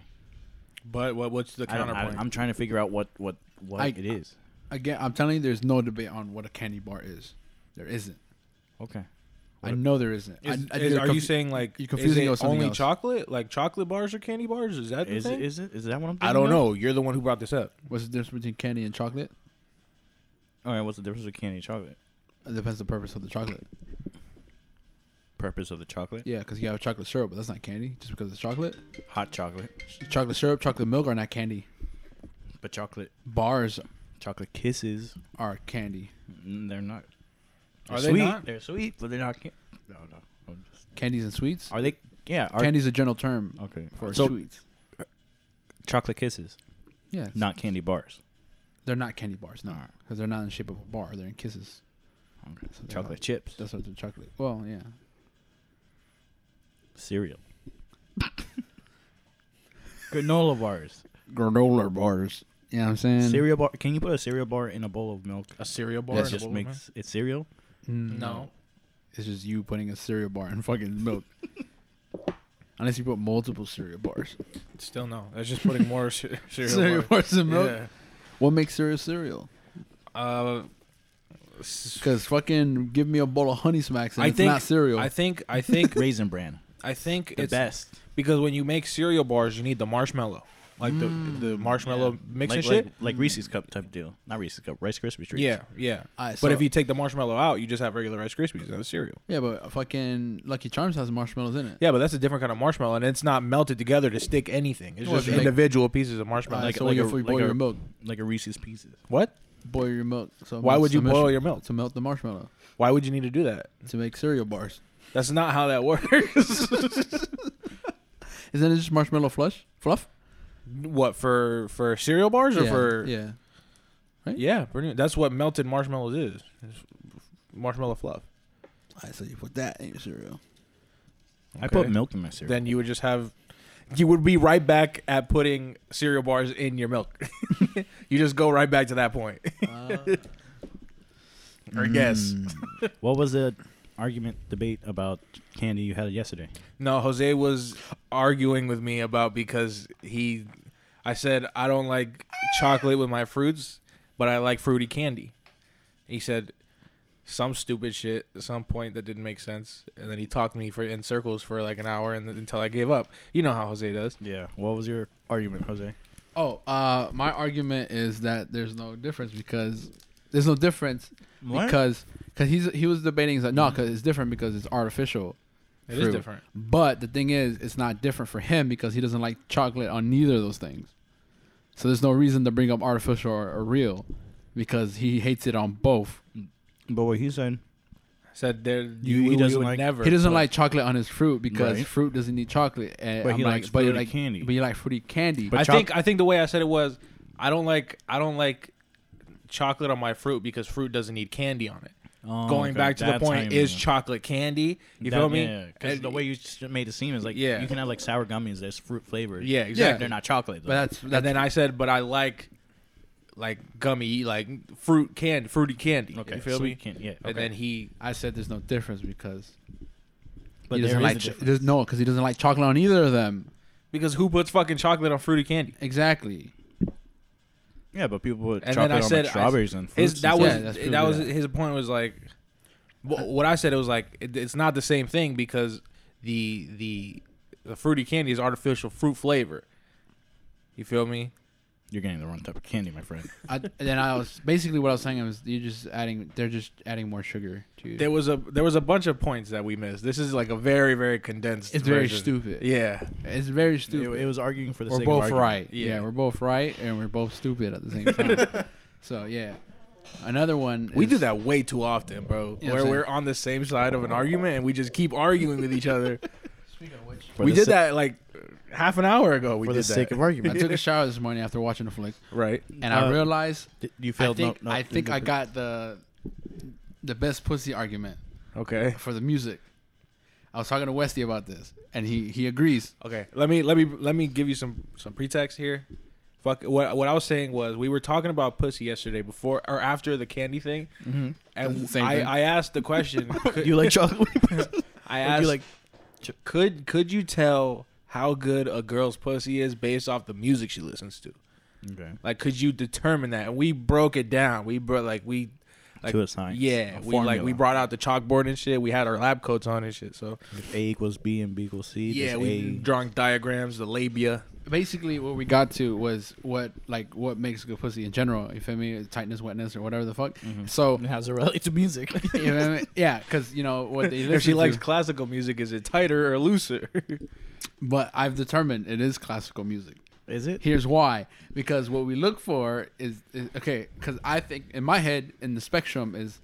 A: but what, what's the
B: I don't, I,
A: counterpoint?
B: I'm trying to figure out what what what
C: I-
B: it is.
C: Again, I'm telling you, there's no debate on what a candy bar is. There isn't.
B: Okay.
C: I know there isn't.
A: Is-
C: I, I-
A: is-
C: you're
A: are you
C: confu-
A: saying like
C: you're confusing
A: is
C: it
A: it
C: with something
A: only
C: else.
A: chocolate, like chocolate bars or candy bars? Is that the
B: Is it,
A: thing?
B: is it is that what I'm?
A: I
B: thinking
A: don't
B: of?
A: know. You're the one who brought this up.
C: What's the difference between candy and chocolate?
B: All right, what's the difference between candy and chocolate?
C: It depends on the purpose of the chocolate.
B: Purpose of the chocolate?
C: Yeah, because you have chocolate syrup, but that's not candy. Just because it's chocolate,
B: Hot chocolate,
C: chocolate syrup, chocolate milk are not candy.
B: but chocolate
C: Bars
B: chocolate kisses,
C: are candy.
B: mm, they're not.
A: Are
B: They're
A: they
B: sweet.
A: not?
B: They're sweet, but they're not. Can- no, no. I'm just-
C: Candies and sweets.
B: Are they? Yeah. Are,
C: Candy's a general term
B: Okay.
C: for
B: so
C: sweets.
B: chocolate kisses,
C: Yeah, it's-
B: not candy bars.
C: they're not candy bars, no,
B: Alright.
C: because they're not in the shape of a bar. They're in kisses.
B: Okay.
C: So they're
B: Chocolate
C: not-
B: chips,
C: That's what they're chocolate. Well, yeah.
B: cereal, granola bars,
C: Granola bars. You know what I'm saying?
B: cereal bar. Can you put a cereal bar in a bowl of milk?
A: A cereal bar?
B: That
A: and a
B: just
A: bowl of milk?
B: makes it cereal.
C: Mm,
A: no.
C: It's just you putting a cereal bar in fucking milk. Unless you put multiple cereal bars.
A: Still no. That's just putting more ce- cereal.
C: Cereal
A: bars.
C: bars in milk?
A: Yeah.
C: What makes cereal cereal?
A: Uh, s-
C: Because fucking give me a bowl of honey smacks and
A: I
C: it's
A: think-
C: not cereal.
A: I think I think
B: Raisin bran,
A: I think
B: the
A: it's
B: best.
A: because when you make cereal bars, you need the marshmallow, like the the marshmallow mix
B: like,
A: and
B: like,
A: shit.
B: like Reese's cup type deal. Not Reese's cup, Rice Krispie treats.
A: yeah, yeah.
C: Alright, so-
A: but if you take the marshmallow out, you just have regular Rice Krispies and a cereal.
C: yeah, but fucking Lucky Charms has marshmallows in it.
A: Yeah, but that's a different kind of marshmallow, and it's not melted together to stick anything. It's
C: Well,
A: just
C: if you make-
A: individual pieces of
C: Alright,
A: marshmallow.
B: like-
C: so
B: like
C: what
B: a-
C: if we
B: like
C: boil
B: a-
C: your milk?
B: like a Reese's pieces.
A: what?
C: Boil your milk. So it
A: Why
C: melts
A: would you
C: the marshmallow-
A: boil your milk?
C: To melt the marshmallow.
A: Why would you need to do that?
C: To make cereal bars.
A: That's not how that works.
C: Isn't it just marshmallow flush? Fluff?
A: what for? For cereal bars or
C: yeah,
A: for?
C: Yeah.
A: Yeah, pretty much. That's what melted marshmallows is. It's marshmallow fluff.
C: Alright, so you put that in your cereal.
B: I put
A: Okay.
B: milk in my cereal.
A: Then you would just have. You would be right back at putting cereal bars in your milk. you just go right back to that point.
C: Uh,
A: or guess.
B: Mm. what was the argument debate about candy you had yesterday?
A: No, Jose was arguing with me about because he. I said, I don't like chocolate with my fruits, but I like fruity candy. He said some stupid shit, some point that didn't make sense. And then he talked me for in circles for like an hour and, until I gave up. You know how Jose does.
B: Yeah. What was your argument, Jose?
C: Oh, uh, my argument is that there's no difference because there's no difference because because he's he was debating he's like no because it's different because it's artificial.
A: It is
C: fruit."
A: different.
C: But the thing is, it's not different for him because he doesn't like chocolate on neither of those things. So there's no reason to bring up artificial or, or real because he hates it on both.
B: But what he said,
A: Said there,
B: You- he
A: you,
B: doesn't
A: would
B: like-
A: never.
C: He doesn't like chocolate on his fruit because
B: Right.
C: fruit doesn't need chocolate. And
B: But
C: I'm
B: he
C: like,
B: likes
C: but you
B: fruity
C: like
B: candy.
C: But you like fruity candy.
B: But
A: I
B: choc-
A: think I think the way I said it was, I don't like I don't like chocolate on my fruit because fruit doesn't need candy on it.
B: Oh,
A: Going back to the point, is chocolate candy? You feel me?
B: Because
A: And-
B: the way you just made it seem is like
A: Yeah.
B: you can have like sour gummies. There's fruit flavored.
A: Yeah, exactly.
B: They're not chocolate. Though.
C: but that's
A: and then I said, but I like like gummy, like fruit candy, fruity candy.
B: okay.
A: You feel
B: so
A: me?
B: you can't- yeah.
A: And then he
C: I said there's no difference because
B: but
C: he
B: there
C: doesn't
B: is
C: like
B: a
C: cho-
B: difference.
C: there's- no because he doesn't like chocolate on either of them.
A: because who puts fucking chocolate on fruity candy?
C: Exactly.
B: Yeah, but people put
A: And
B: chocolate
A: then I
B: on like,
A: said I-
B: strawberries and fruits.
A: His,
B: and
A: that
B: stuff.
A: was
C: Yeah, that's true,
A: that was
C: yeah.
A: his point was like wh- what I said it was like it, it's not the same thing because the the the fruity candy is artificial fruit flavor. You feel me?
B: You're getting the wrong type of candy, my friend.
C: I, then I was basically what I was saying was you're just adding. They're just adding more sugar to.
A: There was a there was a bunch of points that we missed. This is like a very very condensed.
C: it's very
A: version.
C: stupid.
A: Yeah,
C: It's very
D: It,
C: stupid.
D: it was arguing for the
C: we're
D: sake
C: both
D: of arguing.
C: right. Yeah.
A: Yeah.
C: we're both right, and we're both stupid at the same time. so yeah, another one.
A: we
C: is-
A: do that way too often, bro.
C: Yeah,
A: where
C: same.
A: we're on the same side of an argument and we just keep arguing with each other.
C: Speaking of which,
B: For
A: we
B: the
A: did
B: sa-
A: that like half an hour ago. We
D: for
A: did
D: the sake
A: that.
D: of argument.
C: I took a shower this morning after watching the flick,
A: right.
C: and I
B: Uh,
C: realized
B: D- you
C: I
B: failed.
C: think
B: no, no,
C: I think
B: no,
C: I got the the best pussy argument
A: Okay.
C: for the music. I was talking to Westy about this, and he he agrees.
A: Okay, let me let me let me give you some some pretext here. Fuck, what what I was saying was we were talking about pussy yesterday before or after the candy thing,
D: Mhm.
A: and
C: Same
A: I,
C: thing.
A: I asked the question. could,
D: Do you like chocolate?
A: I
D: Do
A: asked
D: you like?
A: could could you tell how good a girl's pussy is based off the music she listens to?
B: Okay.
A: Like, could you determine that? And we broke it down. We bro like we like
B: to a science.
A: yeah
B: A
A: we like we
B: formula.
A: brought out the chalkboard and shit. We had our lab coats on and shit. So
B: If A equals B and B equals C.
A: yeah,
B: Yeah,
A: we drawing diagrams, the labia.
C: Basically, what we got to was what like what makes good pussy in general. You feel me? Tightness, wetness, or whatever the fuck. So
D: And how's it relate to music?
C: you know what I mean? yeah, because you know what they listen
A: If she likes
C: to.
A: classical music, is it tighter or looser?
C: But I've determined it is classical music.
D: Is it?
C: Here's why: because what we look for is, is okay. Because I think in my head, in the spectrum is,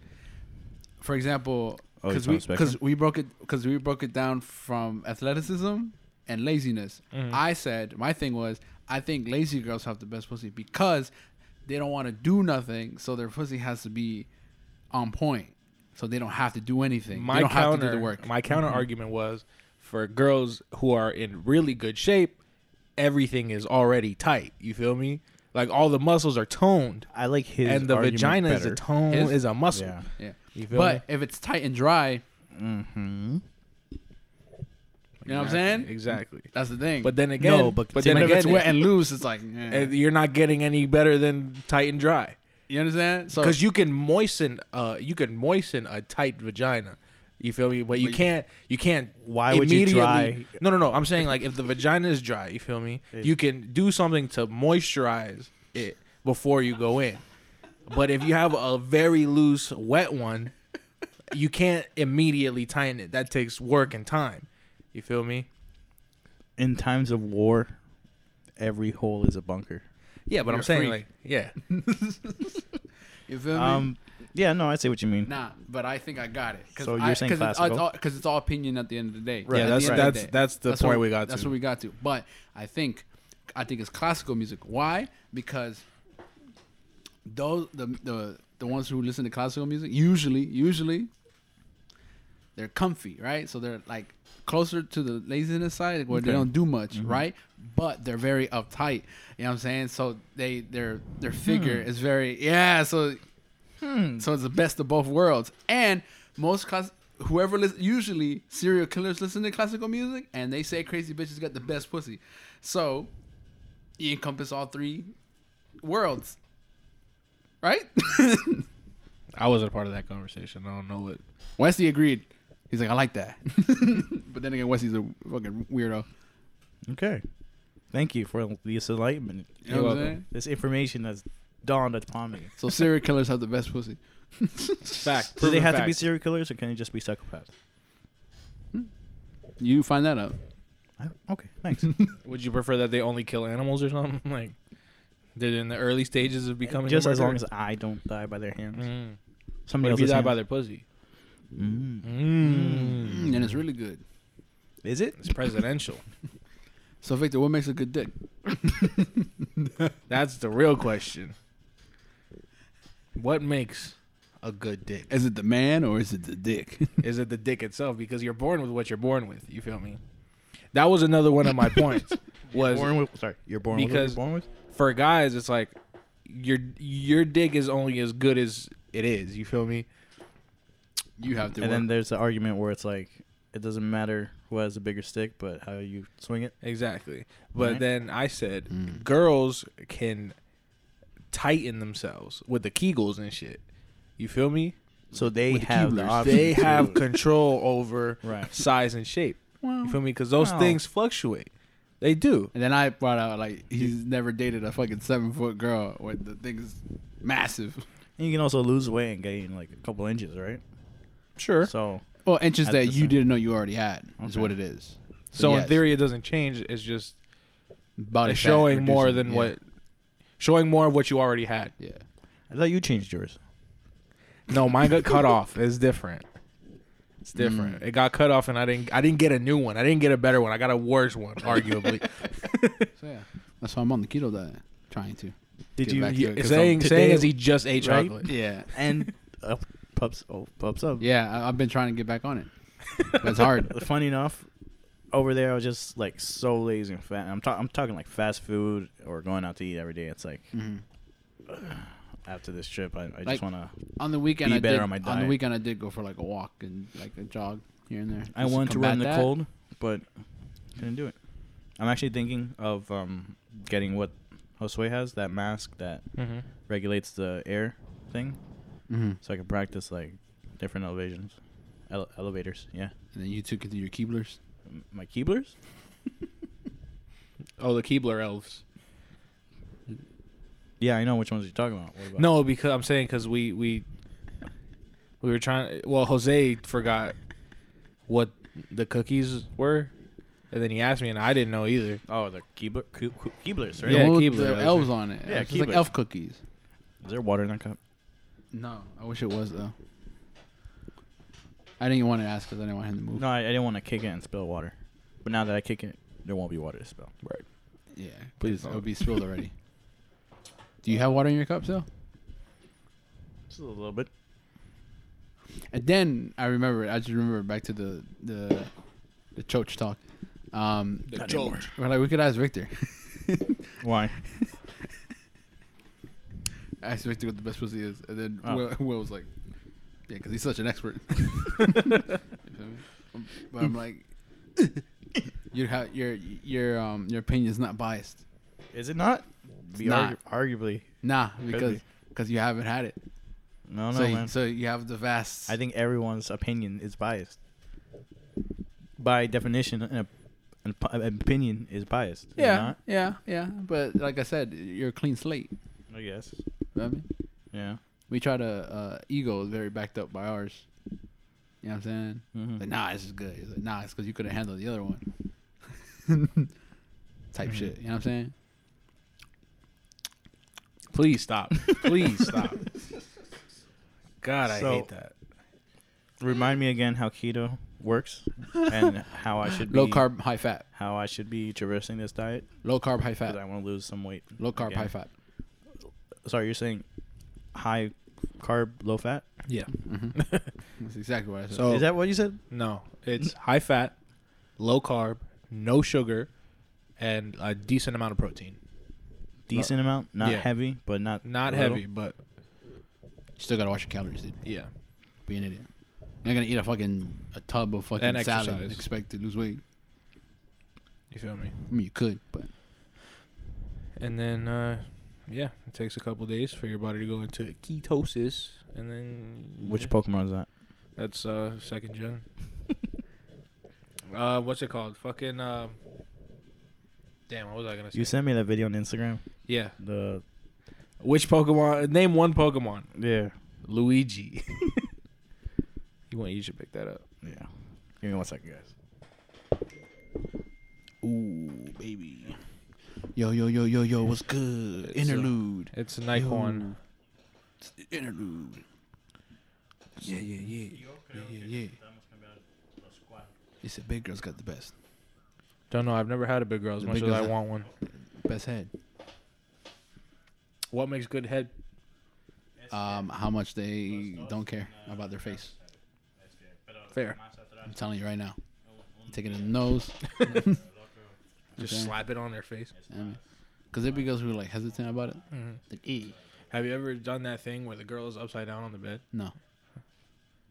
C: for example,
B: Oh,
C: because
B: it's on
C: we
B: the spectrum?
C: because we broke it because we broke it down from athleticism and laziness.
A: Mm-hmm.
C: I said my thing was I think lazy girls have the best pussy because they don't want to do nothing, so their pussy has to be on point, so they don't have to do anything. they
A: my
C: don't
A: counter,
C: have to do the work.
A: my counter argument was for girls who are in really good shape, everything is already tight. You feel me? Like all the muscles are toned,
B: I like his
A: and the
B: argument
A: vagina is
B: better.
A: a tone
C: His-
A: is a muscle.
B: Yeah.
C: yeah.
A: You feel me?
C: But if it's tight and dry,
B: Mm-hmm.
C: you know what I'm saying?
A: Exactly.
C: That's the thing.
A: But then again,
B: No,
A: but,
B: but
A: then
C: But if
A: again,
C: it's wet and loose, it's like eh.
A: and you're not getting any better than tight and dry
C: you understand. So
A: because you can moisten, uh, you can moisten a tight vagina. You feel me? But you
C: But you-
A: can't, you can't.
B: Why would you
A: immediately-
B: dry-
A: No, no, no. I'm saying like if the vagina is dry, you feel me? You can do something to moisturize it before you go in. But if you have a very loose, wet one, you can't immediately tighten it. That takes work and time. You feel me?
B: In times of war, every hole is a bunker.
A: Yeah, but
C: You're
A: I'm
C: a
A: saying
C: freak.
A: like, yeah.
C: You feel me?
B: Um, yeah, no, I see what you mean.
C: nah, but I think I got it. Cause
B: So
C: I,
B: you're saying
C: cause it's-
B: classical?
C: It's, all, Cause it's all opinion at the end of the day.
A: Right.
C: At
A: Yeah,
C: the
A: that's-
C: end of
A: that's-
C: day.
A: that's the point
C: what-
A: we got
C: That's
A: to.
C: what we got to. But I think, I think it's classical music. Why? Because those the the the ones who listen to classical music usually usually they're comfy, right? So they're like closer to the laziness side where they
B: Okay.
C: don't do much,
A: Mm-hmm.
C: right? But they're very uptight. You know what I'm saying? So they their their figure
A: Hmm.
C: is very yeah. So so it's the best of both worlds. And most class whoever lis- usually serial killers listen to classical music and they say crazy bitches got the best pussy. So you encompass all three worlds, right?
A: I wasn't a part of that conversation. I don't know what.
C: Wesley agreed. He's like, I like that. but then again, Wesley's a fucking weirdo.
B: Okay. Thank you for this enlightenment.
C: You know what I'm
A: welcome.
C: saying?
B: This information that's dawned upon me.
C: So serial killers have the best pussy.
A: Fact.
B: Do they
A: proven
B: have to
A: fact.
B: be serial killers or can they just be psychopaths?
C: You find that out.
B: I, okay, thanks.
A: Would you prefer that they only kill animals or something? Like they're in the early stages of becoming
B: just
A: a
B: as long as
A: murderer?
B: I don't die by their hands.
A: Mm. But
B: Somebody
A: if you
B: else's
A: die
B: hand.
A: by their pussy,
B: Mm.
A: mm.
C: And it's really good.
B: Is it?
A: it's presidential.
C: So Victor, what makes a good dick?
A: That's the real question. What makes a good dick?
C: Is it the man or is it the dick?
A: Is it the dick itself? Because you're born with what you're born with. You feel me? That was another one of my points. Was
B: Born with, sorry, you're born
A: Because-
B: with what you're born with?
A: for guys, it's like your your dick is only as good as it is. You feel me?
C: you have to.
B: and
C: work.
B: then there's the argument where it's like it doesn't matter who has the bigger stick, but how you swing it.
A: Exactly. But
B: Right.
A: then I said girls can tighten themselves with the kegels and shit. You feel me?
B: So they
C: With the
B: have the
C: Keeblers.
B: option.
A: They
B: to-
A: have control over
B: Right.
A: size and shape.
C: Well,
A: You feel me? Because those
B: Wow.
A: things fluctuate. They do.
C: And then I brought out like he's never dated a fucking seven foot girl where the thing is massive.
B: And you can also lose weight and gain like a couple inches, right?
A: Sure. So,
B: So
C: Well, inches
B: At
C: that
B: the
C: you
B: same-
C: didn't know you already had is
B: Okay.
C: what it is.
A: in
C: yes,
A: theory, it doesn't change. It's just
C: body
A: it's
C: fat
A: showing more than
C: reducing- yeah,
A: what, showing more of what you already had.
C: Yeah.
B: I thought you changed yours.
A: No, mine got cut off. It's different. It's different. It got cut off, and I didn't. I didn't get a new one. I didn't get a better one. I got a worse one, arguably.
C: So yeah, that's why I'm on the keto diet, trying to.
B: Did
C: Get
B: you?
C: back
B: you-
C: to it. 'Cause
A: saying
B: I'm-
A: saying
B: today-
A: is he just ate
B: right?
A: chocolate?
C: Yeah,
B: and uh, pups, oh pups up.
C: yeah. I, I've been trying to get back on it. But it's hard.
B: Funny enough, over there I was just like so lazy and fat. I'm talking, I'm talking like fast food or going out to eat every day. It's like
C: Mhm.
B: after this trip, I, I
C: Like-
B: just want to.
C: On the weekend,
B: Be
C: I
B: better
C: did,
B: on my
C: the
B: diet.
C: weekend I did go for like a walk and like a jog here and there.
B: I
C: just
B: wanted to
C: combat
B: run the
C: that.
B: cold, but couldn't do it. I'm actually thinking of um, getting what Josue has that mask that
A: Mm-hmm.
B: regulates the air thing,
C: Mhm.
B: so I can practice like different elevations, ele- elevators. Yeah,
C: And then you took it to your Keeblers.
B: M- my Keeblers.
A: Oh, the Keebler elves.
B: Yeah, I know which ones you're talking about. What about
A: No, because I'm saying because we we we were trying. Well, Jose forgot what the cookies were, and then he asked me, and I didn't know either.
B: Oh, the Keebler, Keeb- Keeb- Keeblers, right?
A: Yeah,
C: the one with
A: Keebler,
C: the
A: that was
C: elves on it.
B: Yeah,
C: it's like
B: Keeblers.
C: elf cookies.
B: Is there water in that cup?
C: No, I wish it was though. I didn't want to ask because I didn't want him to move.
B: No, I, I didn't want to kick it and spill water. But now that I kick it, there won't be water to spill.
C: Yeah,
A: Please
C: please. It would
A: don't.
C: be spilled already. Do you have water in your cup still?
B: Just a little bit.
C: And then I remember. I just remember back to the the the choach talk. Um,
A: The joke.
C: we're like we could ask Victor.
B: Why?
C: ask Victor what the best pussy is, and then
B: Oh.
C: Will, Will was like, "Yeah, because he's such an expert." You feel me? Um, But I'm like, you have your your um your opinion's not biased.
B: Is it not? Be
C: not.
B: argu- arguably.
C: Nah,
B: be.
C: because because you haven't had it.
B: No, no,
C: so, you,
B: man.
C: so you have the vast.
B: I think everyone's opinion is biased. By definition, an, op- an, op- an opinion is biased. is it
C: yeah,
B: not?
C: yeah, yeah. But like I said, you're a clean slate. You
B: I guess.
C: know what I mean,
B: Yeah.
C: we try to uh, ego is very backed up by ours. You know what I'm saying?
B: Mhm.
C: Like, nah, this is good. It's like, nah, it's because you could have handled the other one.
B: Mm-hmm.
C: Type shit. You know what I'm saying?
A: Please stop. Please stop. God, I
B: So-
A: hate that.
B: Remind me again how keto works and how I should be
C: Low carb, high fat.
B: how I should be traversing this diet
C: Low carb, high
B: because
C: fat.
B: I want to lose some weight.
C: Low carb,
B: again.
C: high fat.
B: Sorry, you're saying high carb, low fat.
A: Yeah.
C: That's exactly what I said.
A: So
B: Is that what you said?
A: no, it's high fat, low carb, no sugar, and a decent amount of protein.
B: Decent amount, not
A: yeah.
B: heavy, but not
A: Not
B: little.
A: heavy, but
C: you still gotta watch your calories, dude.
A: yeah.
C: Be an idiot. You're not gonna eat a fucking a tub of fucking
A: And
C: salad and
A: exercise.
C: expect to lose weight.
A: You feel me?
C: I mean, you could, but
A: And then, uh, yeah, it takes a couple days for your body to go into ketosis, and then
B: Which Pokemon is that?
A: That's uh second gen. uh, what's it called? Fucking um. Damn, what was I gonna say?
B: You sent me that video on Instagram.
A: yeah.
B: The
A: Which Pokemon? Name one Pokemon.
B: yeah,
A: Luigi. you want? You should pick that up.
B: yeah. Give me one second, guys.
C: ooh, baby. Yo, yo, yo, yo, yo, what's good?
A: It's, uh,
C: Interlude.
A: It's Nikon.
C: Yo. Interlude. Yeah, yeah, yeah. Yeah, yeah, yeah. They said big girls got the best.
A: Don't know. I've never had a big girl as
C: The
A: much
C: big
A: as I
C: girls-
A: want one.
C: Best head.
A: What makes good head?
C: Um, how much they don't care about their face.
A: Fair.
C: I'm telling you right now. Taking the nose.
A: Just
C: Okay.
A: slap it on their face.
C: Because there'd be girls who are like hesitant about it.
A: Mhm.
C: Like, "Eh,
A: Have you ever done that thing where the girl is upside down on the bed?
C: no.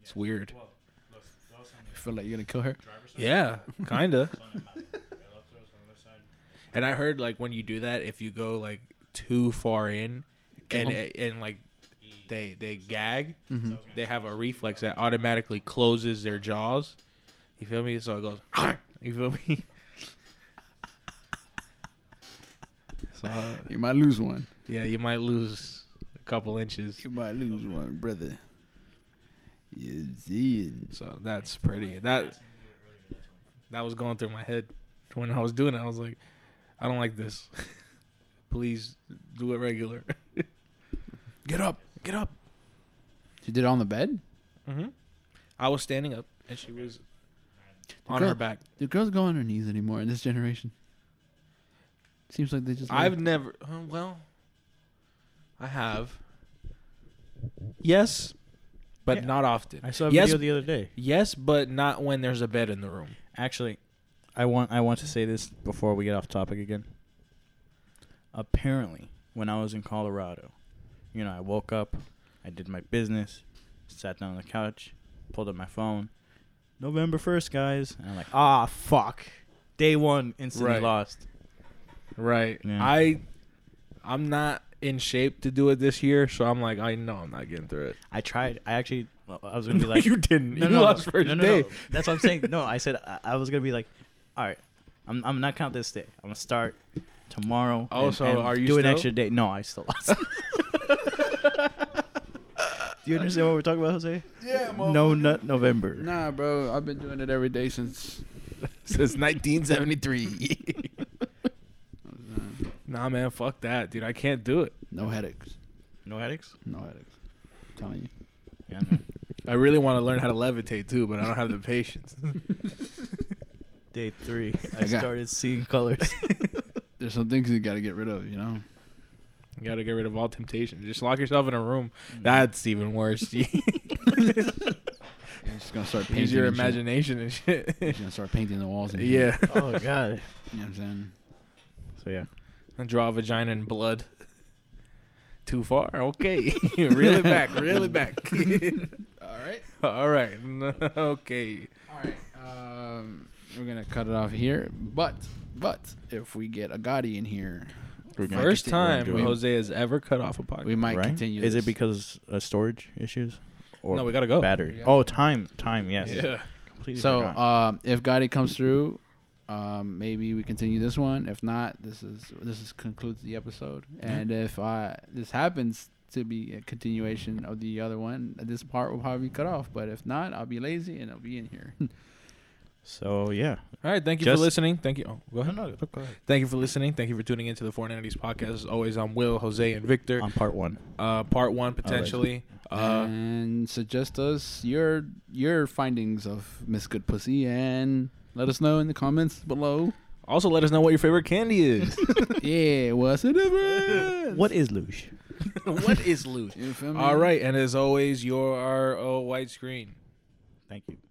A: It's weird.
C: You feel like you're going to kill her?
A: Yeah, kinda. and I heard like when you do that, if you go like too far in, and and like they they gag, they have a reflex that automatically closes their jaws. You feel me? So it goes. You feel me? So uh,
C: You might lose one.
A: yeah, you might lose a couple inches.
C: You might lose one, brother. Yeah,
A: So that's pretty. That that was going through my head when I was doing it. I was like, I don't like this. Please do it regular. get up, get up.
C: She did it on the bed.
A: hmm I was standing up, and she was on
C: Girl.
A: her back.
C: Do girls go on their knees anymore in this generation? Seems like they just.
A: I've never. uh, well, I have. Yes, but
B: Yeah.
A: not often.
B: I saw a
A: Yes.
B: video the other day.
A: Yes, but not when there's a bed in the room.
B: Actually, I want I want to say this before we get off topic again. Apparently, when I was in Colorado, you know, I woke up, I did my business, sat down on the couch, pulled up my phone. November first, guys, and I'm like, ah, fuck. Day one, instantly
A: Right.
B: lost.
A: Right.
B: Yeah.
A: I I'm not in shape to do it this year, so I'm like, I know I'm not getting through it.
B: I tried. I actually, well, I was gonna be like,
A: you didn't.
B: no,
A: you
B: no,
A: lost
B: no,
A: first
B: no, no,
A: day.
B: no. That's what I'm saying. No, I said I, I was gonna be like, all right, I'm I'm not count this day. I'm gonna start tomorrow.
A: Oh, so are you
B: do an
A: still?
B: extra day? No, I still lost. do you understand what we're talking about, Jose?
C: Yeah,
B: No, nut November.
C: Nah, bro. I've been doing it every day since.
A: Since 1973.
C: uh,
A: nah, man, fuck that, dude. I can't do it.
C: No headaches.
B: No headaches.
C: No headaches. I'm telling you.
B: Yeah, man.
A: I really want to learn how to levitate too, but I don't have the patience.
B: day three,
C: I
B: I
C: got-
B: started seeing colors.
C: There's some things you gotta get rid of. You know.
A: You gotta get rid of all temptation. Just lock yourself in a room.
B: Mm.
A: That's even worse.
C: You're just gonna start painting.
A: Use your
C: and shit.
A: imagination and
C: You're
A: shit.
C: just gonna start painting the walls. And shit.
A: yeah.
B: oh God.
C: You know what I'm saying.
B: So yeah.
A: And draw a vagina in blood. Too far? Okay. really back, really back.
C: All right.
A: All right. okay.
C: All right. Um, we're gonna cut it off here. But but if we get a Gotti in here,
B: We're gonna
A: First
B: continue-
A: time
B: we're gonna do it.
A: Jose has ever cut off a podcast.
C: we might
B: right?
C: continue.
B: Is it
C: this.
B: because of storage issues? Or
A: no, we gotta go.
B: battery.
C: Yeah.
B: Oh, time, time. Yes.
A: Yeah.
B: Completely
C: So
B: forgot.
C: um, if Gotti comes through, um, maybe we continue this one. If not, this is this is concludes the episode. And if I this happens to be a continuation of the other one, this part will probably be cut off. But if not, I'll be lazy and I'll be in here.
B: So yeah.
A: All right. Thank you
B: Just-
A: for listening. Thank you. Oh, go ahead.
B: go ahead.
A: Thank you for listening. Thank you for tuning into the Foreign Entities podcast. As always, I'm Will, Jose, and Victor.
B: On part one.
A: Uh, part one potentially. Uh,
C: and suggest us your your findings of Miss Good Pussy and let us know in the comments below.
A: also, let us know what your favorite candy is.
C: yeah, what's the difference?
B: What is luge?
A: what is loot?
C: You feel me?
A: All right. And as always, you're our oh, white screen.
B: Thank you.